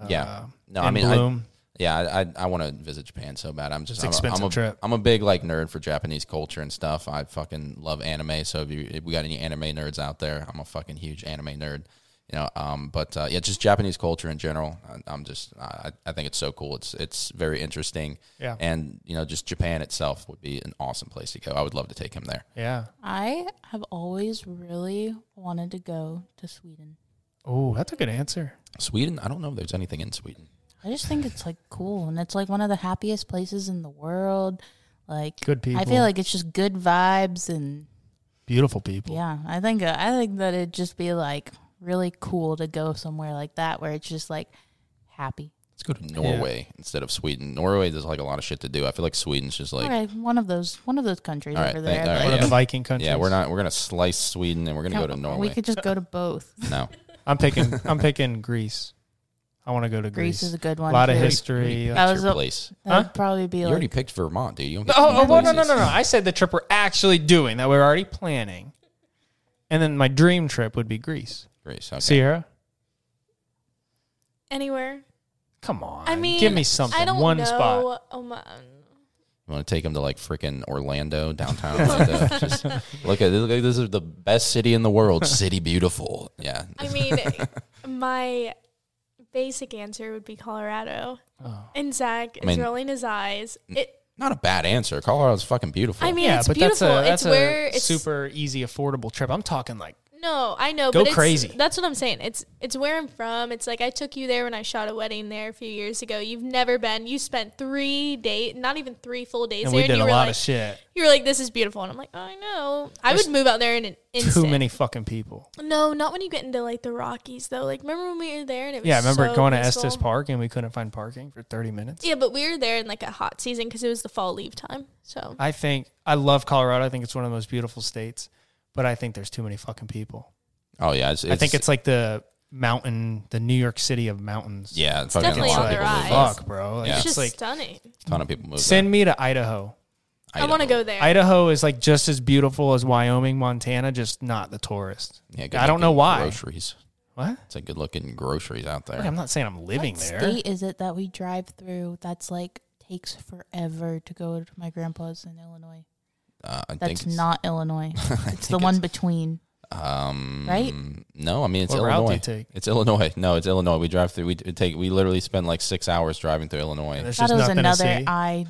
[SPEAKER 5] Uh,
[SPEAKER 3] Yeah. No,
[SPEAKER 5] in
[SPEAKER 3] I mean, I-
[SPEAKER 5] bloom.
[SPEAKER 3] Yeah, I I, I want to visit Japan so bad. I'm just
[SPEAKER 5] It's
[SPEAKER 3] I'm
[SPEAKER 5] expensive
[SPEAKER 3] a, I'm a,
[SPEAKER 5] trip.
[SPEAKER 3] I'm a big like nerd for Japanese culture and stuff. I fucking love anime. So if you if we got any anime nerds out there, I'm a fucking huge anime nerd. You know, um, but uh, yeah, just Japanese culture in general. I, I'm just I, I think it's so cool. It's it's very interesting.
[SPEAKER 5] Yeah.
[SPEAKER 3] and you know, just Japan itself would be an awesome place to go. I would love to take him there.
[SPEAKER 5] yeah.
[SPEAKER 4] I have always really wanted to go to Sweden.
[SPEAKER 5] Oh, that's a good answer.
[SPEAKER 3] Sweden. I don't know if there's anything in Sweden.
[SPEAKER 4] I just think it's like cool, and it's like one of the happiest places in the world. Like
[SPEAKER 5] Good people.
[SPEAKER 4] I feel like it's just good vibes, and
[SPEAKER 5] Beautiful people.
[SPEAKER 4] yeah, I think uh, I think that it'd just be like really cool to go somewhere like that where it's just like happy.
[SPEAKER 3] Let's go to Norway instead of Sweden. Norway, there's like a lot of shit to do. I feel like Sweden's just like
[SPEAKER 4] All right, one of those one of those countries
[SPEAKER 3] All right,
[SPEAKER 4] over
[SPEAKER 3] thank- all
[SPEAKER 4] there.
[SPEAKER 3] right,
[SPEAKER 5] One
[SPEAKER 4] like-
[SPEAKER 5] of the Viking countries.
[SPEAKER 3] yeah, we're not we're gonna slice Sweden and we're gonna go to Norway.
[SPEAKER 4] We could just go to both.
[SPEAKER 3] No.
[SPEAKER 5] I'm picking. I'm picking Greece. I want to go to Greece.
[SPEAKER 4] Greece is a good one.
[SPEAKER 5] a lot of
[SPEAKER 4] too.
[SPEAKER 5] history.
[SPEAKER 4] That
[SPEAKER 3] That's
[SPEAKER 4] was
[SPEAKER 3] your
[SPEAKER 4] a-
[SPEAKER 3] place.
[SPEAKER 4] That'd
[SPEAKER 5] Huh?
[SPEAKER 4] probably be
[SPEAKER 3] You
[SPEAKER 4] like
[SPEAKER 3] already picked Vermont, dude. You don't get
[SPEAKER 5] Oh, oh
[SPEAKER 3] two
[SPEAKER 5] well, no, no,
[SPEAKER 3] places.
[SPEAKER 5] no, no. I said the trip we're actually doing that we're already planning, and then my dream trip would be Greece.
[SPEAKER 3] Greece, okay.
[SPEAKER 5] Sierra,
[SPEAKER 2] Anywhere.
[SPEAKER 5] come on.
[SPEAKER 2] I mean,
[SPEAKER 5] give me something.
[SPEAKER 2] I don't
[SPEAKER 5] one
[SPEAKER 2] know.
[SPEAKER 5] spot.
[SPEAKER 2] Oh my.
[SPEAKER 3] You want to take him to like freaking Orlando, downtown Orlando. Just look at look at- this is the best city in the world. City beautiful. Yeah.
[SPEAKER 2] I mean, my basic answer would be Colorado.
[SPEAKER 5] Oh.
[SPEAKER 2] And Zach
[SPEAKER 3] I mean-
[SPEAKER 2] is rolling his eyes. It.
[SPEAKER 3] Not a bad answer. Colorado's fucking beautiful.
[SPEAKER 2] I mean,
[SPEAKER 5] yeah,
[SPEAKER 2] it's
[SPEAKER 5] but
[SPEAKER 2] beautiful.
[SPEAKER 5] that's a that's
[SPEAKER 2] it's where
[SPEAKER 5] a
[SPEAKER 2] it's
[SPEAKER 5] super easy, affordable trip. I'm talking like
[SPEAKER 2] No, I know.
[SPEAKER 5] Go
[SPEAKER 2] but it's-
[SPEAKER 5] crazy.
[SPEAKER 2] That's what I'm saying. It's it's where I'm from. It's like I took you there when I shot a wedding there a few years ago. You've never been. You spent three day, not even three full days
[SPEAKER 5] and
[SPEAKER 2] there.
[SPEAKER 5] we did
[SPEAKER 2] you
[SPEAKER 5] a
[SPEAKER 2] were
[SPEAKER 5] lot
[SPEAKER 2] like,
[SPEAKER 5] of shit.
[SPEAKER 2] You were like, "This is beautiful," and I'm like, oh, "I know. I
[SPEAKER 5] There's
[SPEAKER 2] would move out there in an instant."
[SPEAKER 5] Too many fucking people.
[SPEAKER 2] No, not when you get into like the Rockies though. Like, remember when we were there and it was
[SPEAKER 5] Yeah, I remember
[SPEAKER 2] so
[SPEAKER 5] going
[SPEAKER 2] peaceful?
[SPEAKER 5] to Estes Park and we couldn't find parking for 30 minutes.
[SPEAKER 2] Yeah, but we were there in like a hot season because it was the fall leave time. So
[SPEAKER 5] I think I love Colorado. I think it's one of the most beautiful states, but I think there's too many fucking people.
[SPEAKER 3] oh yeah, it's,
[SPEAKER 5] I think it's like the mountain, the New York City of mountains.
[SPEAKER 3] yeah, fucking
[SPEAKER 2] definitely
[SPEAKER 3] a
[SPEAKER 5] It's
[SPEAKER 2] on
[SPEAKER 3] lot
[SPEAKER 2] the
[SPEAKER 3] of people move
[SPEAKER 2] rise.
[SPEAKER 3] there.
[SPEAKER 5] Fuck, bro. Like,
[SPEAKER 3] Yeah.
[SPEAKER 2] it's
[SPEAKER 5] It's
[SPEAKER 2] just
[SPEAKER 5] like
[SPEAKER 2] stunning.
[SPEAKER 3] A ton of people move.
[SPEAKER 5] send me to Idaho.
[SPEAKER 2] I want to go there.
[SPEAKER 5] Idaho is like just as beautiful as Wyoming, Montana, just not the tourist.
[SPEAKER 3] Yeah,
[SPEAKER 5] I don't know
[SPEAKER 3] good-looking
[SPEAKER 5] why.
[SPEAKER 3] Groceries.
[SPEAKER 5] What?
[SPEAKER 3] It's like good looking groceries out there.
[SPEAKER 5] Like, I'm not saying I'm living
[SPEAKER 4] what
[SPEAKER 5] there.
[SPEAKER 4] state is it that we drive through that's like takes forever to go to my grandpa's in Illinois?
[SPEAKER 3] Uh, I
[SPEAKER 4] That's
[SPEAKER 3] think it's,
[SPEAKER 4] not Illinois.
[SPEAKER 3] I
[SPEAKER 4] It's the
[SPEAKER 3] think
[SPEAKER 4] one between.
[SPEAKER 3] Um,
[SPEAKER 4] Right?
[SPEAKER 3] No, I mean it's
[SPEAKER 5] What route do
[SPEAKER 3] Illinois.
[SPEAKER 5] you take?
[SPEAKER 3] It's Illinois. No, it's Illinois. We drive through. We t- take. We literally spend like six hours driving through
[SPEAKER 5] And
[SPEAKER 3] Illinois.
[SPEAKER 5] There's
[SPEAKER 4] I
[SPEAKER 5] just
[SPEAKER 4] thought it was
[SPEAKER 5] nothing to
[SPEAKER 4] another
[SPEAKER 5] see.
[SPEAKER 4] I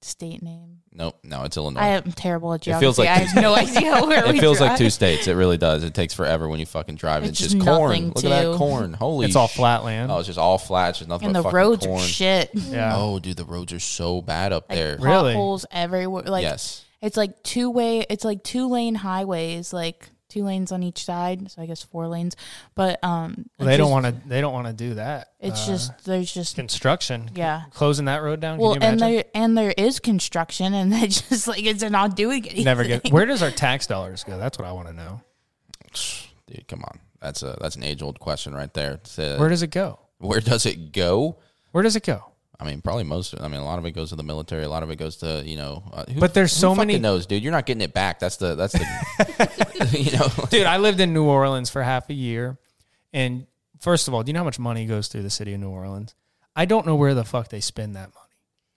[SPEAKER 4] state name.
[SPEAKER 3] Nope. No, it's
[SPEAKER 4] I
[SPEAKER 3] Illinois.
[SPEAKER 4] am terrible at
[SPEAKER 3] It
[SPEAKER 4] geography.
[SPEAKER 3] feels like
[SPEAKER 4] I have no idea where
[SPEAKER 3] it
[SPEAKER 4] we
[SPEAKER 3] feels like
[SPEAKER 4] drive.
[SPEAKER 3] two states. It really does. It takes forever when you fucking drive. It's,
[SPEAKER 4] It's
[SPEAKER 3] just
[SPEAKER 4] just
[SPEAKER 3] corn.
[SPEAKER 4] nothing
[SPEAKER 3] Look at that
[SPEAKER 4] to-
[SPEAKER 3] corn. Holy.
[SPEAKER 5] It's all
[SPEAKER 3] sh-
[SPEAKER 5] flatland.
[SPEAKER 3] Oh, it's just all flat. It's just nothing.
[SPEAKER 4] and
[SPEAKER 3] but
[SPEAKER 4] the
[SPEAKER 3] fucking
[SPEAKER 4] roads
[SPEAKER 3] corn.
[SPEAKER 4] are shit.
[SPEAKER 5] yeah.
[SPEAKER 3] Oh, dude, the roads are so bad up
[SPEAKER 4] Like
[SPEAKER 3] there.
[SPEAKER 5] Really?
[SPEAKER 4] potholes everywhere. Like
[SPEAKER 3] yes.
[SPEAKER 4] it's like two way. It's like two lane highways. Like two lanes on each side. So I guess four lanes. But um,
[SPEAKER 5] Well, they don't
[SPEAKER 4] want
[SPEAKER 5] want to. They don't want to do that.
[SPEAKER 4] It's
[SPEAKER 5] Uh,
[SPEAKER 4] just there's just
[SPEAKER 5] construction.
[SPEAKER 4] yeah.
[SPEAKER 5] Closing that road down.
[SPEAKER 4] Well,
[SPEAKER 5] can you
[SPEAKER 4] and
[SPEAKER 5] imagine?
[SPEAKER 4] there and there is construction, and they just like it's not doing anything.
[SPEAKER 5] never get. Where does our tax dollars go? That's what I want to know.
[SPEAKER 3] Dude, come on. That's a that's an age old question right there. It's, uh,
[SPEAKER 5] Where does it go?
[SPEAKER 3] where does it go?
[SPEAKER 5] Where does it go?
[SPEAKER 3] I mean, probably most. I mean, a lot of it goes to the military. A lot of it goes to you know. Uh, who,
[SPEAKER 5] But there's
[SPEAKER 3] who
[SPEAKER 5] so
[SPEAKER 3] fucking
[SPEAKER 5] many-
[SPEAKER 3] knows, dude. You're not getting it back. That's the that's the you know.
[SPEAKER 5] Dude, I lived in New Orleans for half a year, and first of all, do you know how much money goes through the city of New Orleans? I don't know where the fuck they spend that money.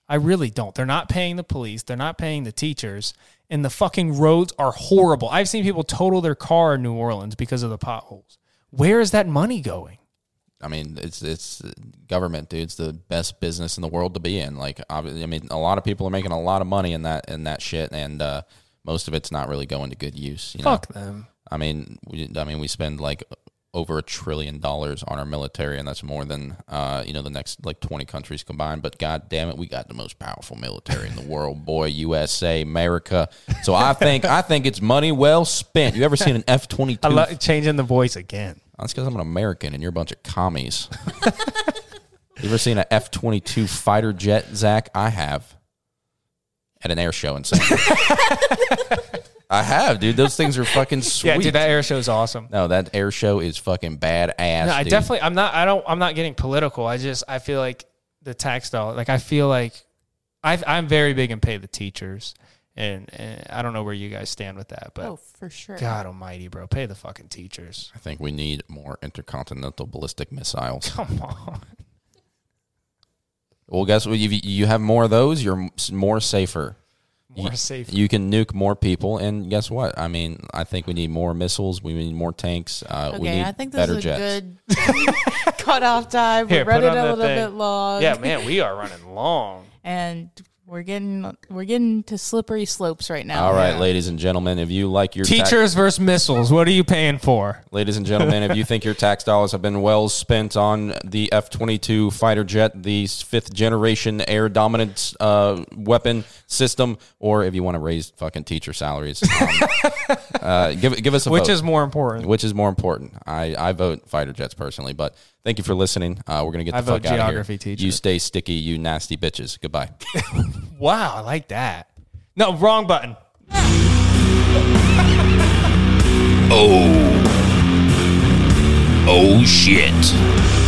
[SPEAKER 5] I really don't. They're not paying the police. They're not paying the teachers, and the fucking roads are horrible. I've seen people total their car in New Orleans because of the potholes. Where is that money going?
[SPEAKER 3] I mean, it's it's uh, government, dude. It's the best business in the world to be in. Like, obvi- I mean, a lot of people are making a lot of money in that in that shit, and uh, most of it's not really going to good use. You
[SPEAKER 5] Fuck
[SPEAKER 3] know,
[SPEAKER 5] them.
[SPEAKER 3] I mean, we, I mean, we spend like over a trillion dollars on our military, and that's more than uh, you know the next like twenty countries combined. But god damn it, we got the most powerful military in the world, boy, USA, America. So I think I think it's money well spent. You ever seen an F twenty
[SPEAKER 5] I
[SPEAKER 3] two?
[SPEAKER 5] love changing the voice again.
[SPEAKER 3] That's because I'm an American and you're a bunch of commies. you ever seen an F 22 fighter jet, Zach? I have. At an air show in San I have, dude. Those things are fucking sweet.
[SPEAKER 5] Yeah, dude, that air show is awesome.
[SPEAKER 3] no, that air show is fucking badass.
[SPEAKER 5] No, I
[SPEAKER 3] dude.
[SPEAKER 5] definitely. I'm not. I don't. I'm not getting political. I just. I feel like the the tax dollar. Like I feel like I I'm very big and pay the teachers, and, and I don't know where you guys stand with that, but
[SPEAKER 4] oh, for sure.
[SPEAKER 5] God Almighty, bro, pay the fucking teachers.
[SPEAKER 3] I think we need more intercontinental ballistic missiles.
[SPEAKER 5] Come on,
[SPEAKER 3] Well, guess what? You, you have more of those, you're m- s- more safer.
[SPEAKER 5] more
[SPEAKER 3] You-
[SPEAKER 5] safe.
[SPEAKER 3] You can nuke more people, and guess what? I mean, I think we need more missiles. We need more tanks. Uh, we
[SPEAKER 4] Okay,
[SPEAKER 3] need
[SPEAKER 4] I think this
[SPEAKER 3] better
[SPEAKER 4] is a
[SPEAKER 3] jets.
[SPEAKER 4] good cutoff time. We
[SPEAKER 5] Here,
[SPEAKER 4] read
[SPEAKER 5] put
[SPEAKER 4] it
[SPEAKER 5] on
[SPEAKER 4] a
[SPEAKER 5] that
[SPEAKER 4] little
[SPEAKER 5] thing.
[SPEAKER 4] bit long.
[SPEAKER 5] yeah, man, we are running long.
[SPEAKER 4] and we're getting we're getting to slippery slopes right now.
[SPEAKER 3] All right,
[SPEAKER 5] Yeah.
[SPEAKER 3] ladies and gentlemen, if you like your tax-
[SPEAKER 5] Teachers versus missiles. What are you paying for?
[SPEAKER 3] Ladies and gentlemen, if you think your tax dollars have been well spent on the F 22 fighter jet, the fifth generation air dominant uh, weapon system, or if you want to raise fucking teacher salaries, um, uh, give, give us a
[SPEAKER 5] Which
[SPEAKER 3] vote.
[SPEAKER 5] is more important?
[SPEAKER 3] Which is more important? I, I vote fighter jets personally, but thank you for listening. Uh, we're going to get
[SPEAKER 5] I
[SPEAKER 3] the fuck
[SPEAKER 5] vote
[SPEAKER 3] out of here.
[SPEAKER 5] geography teacher.
[SPEAKER 3] You stay sticky, you nasty bitches. Goodbye.
[SPEAKER 5] Wow, I like that. No, wrong button.
[SPEAKER 1] Oh. Oh shit.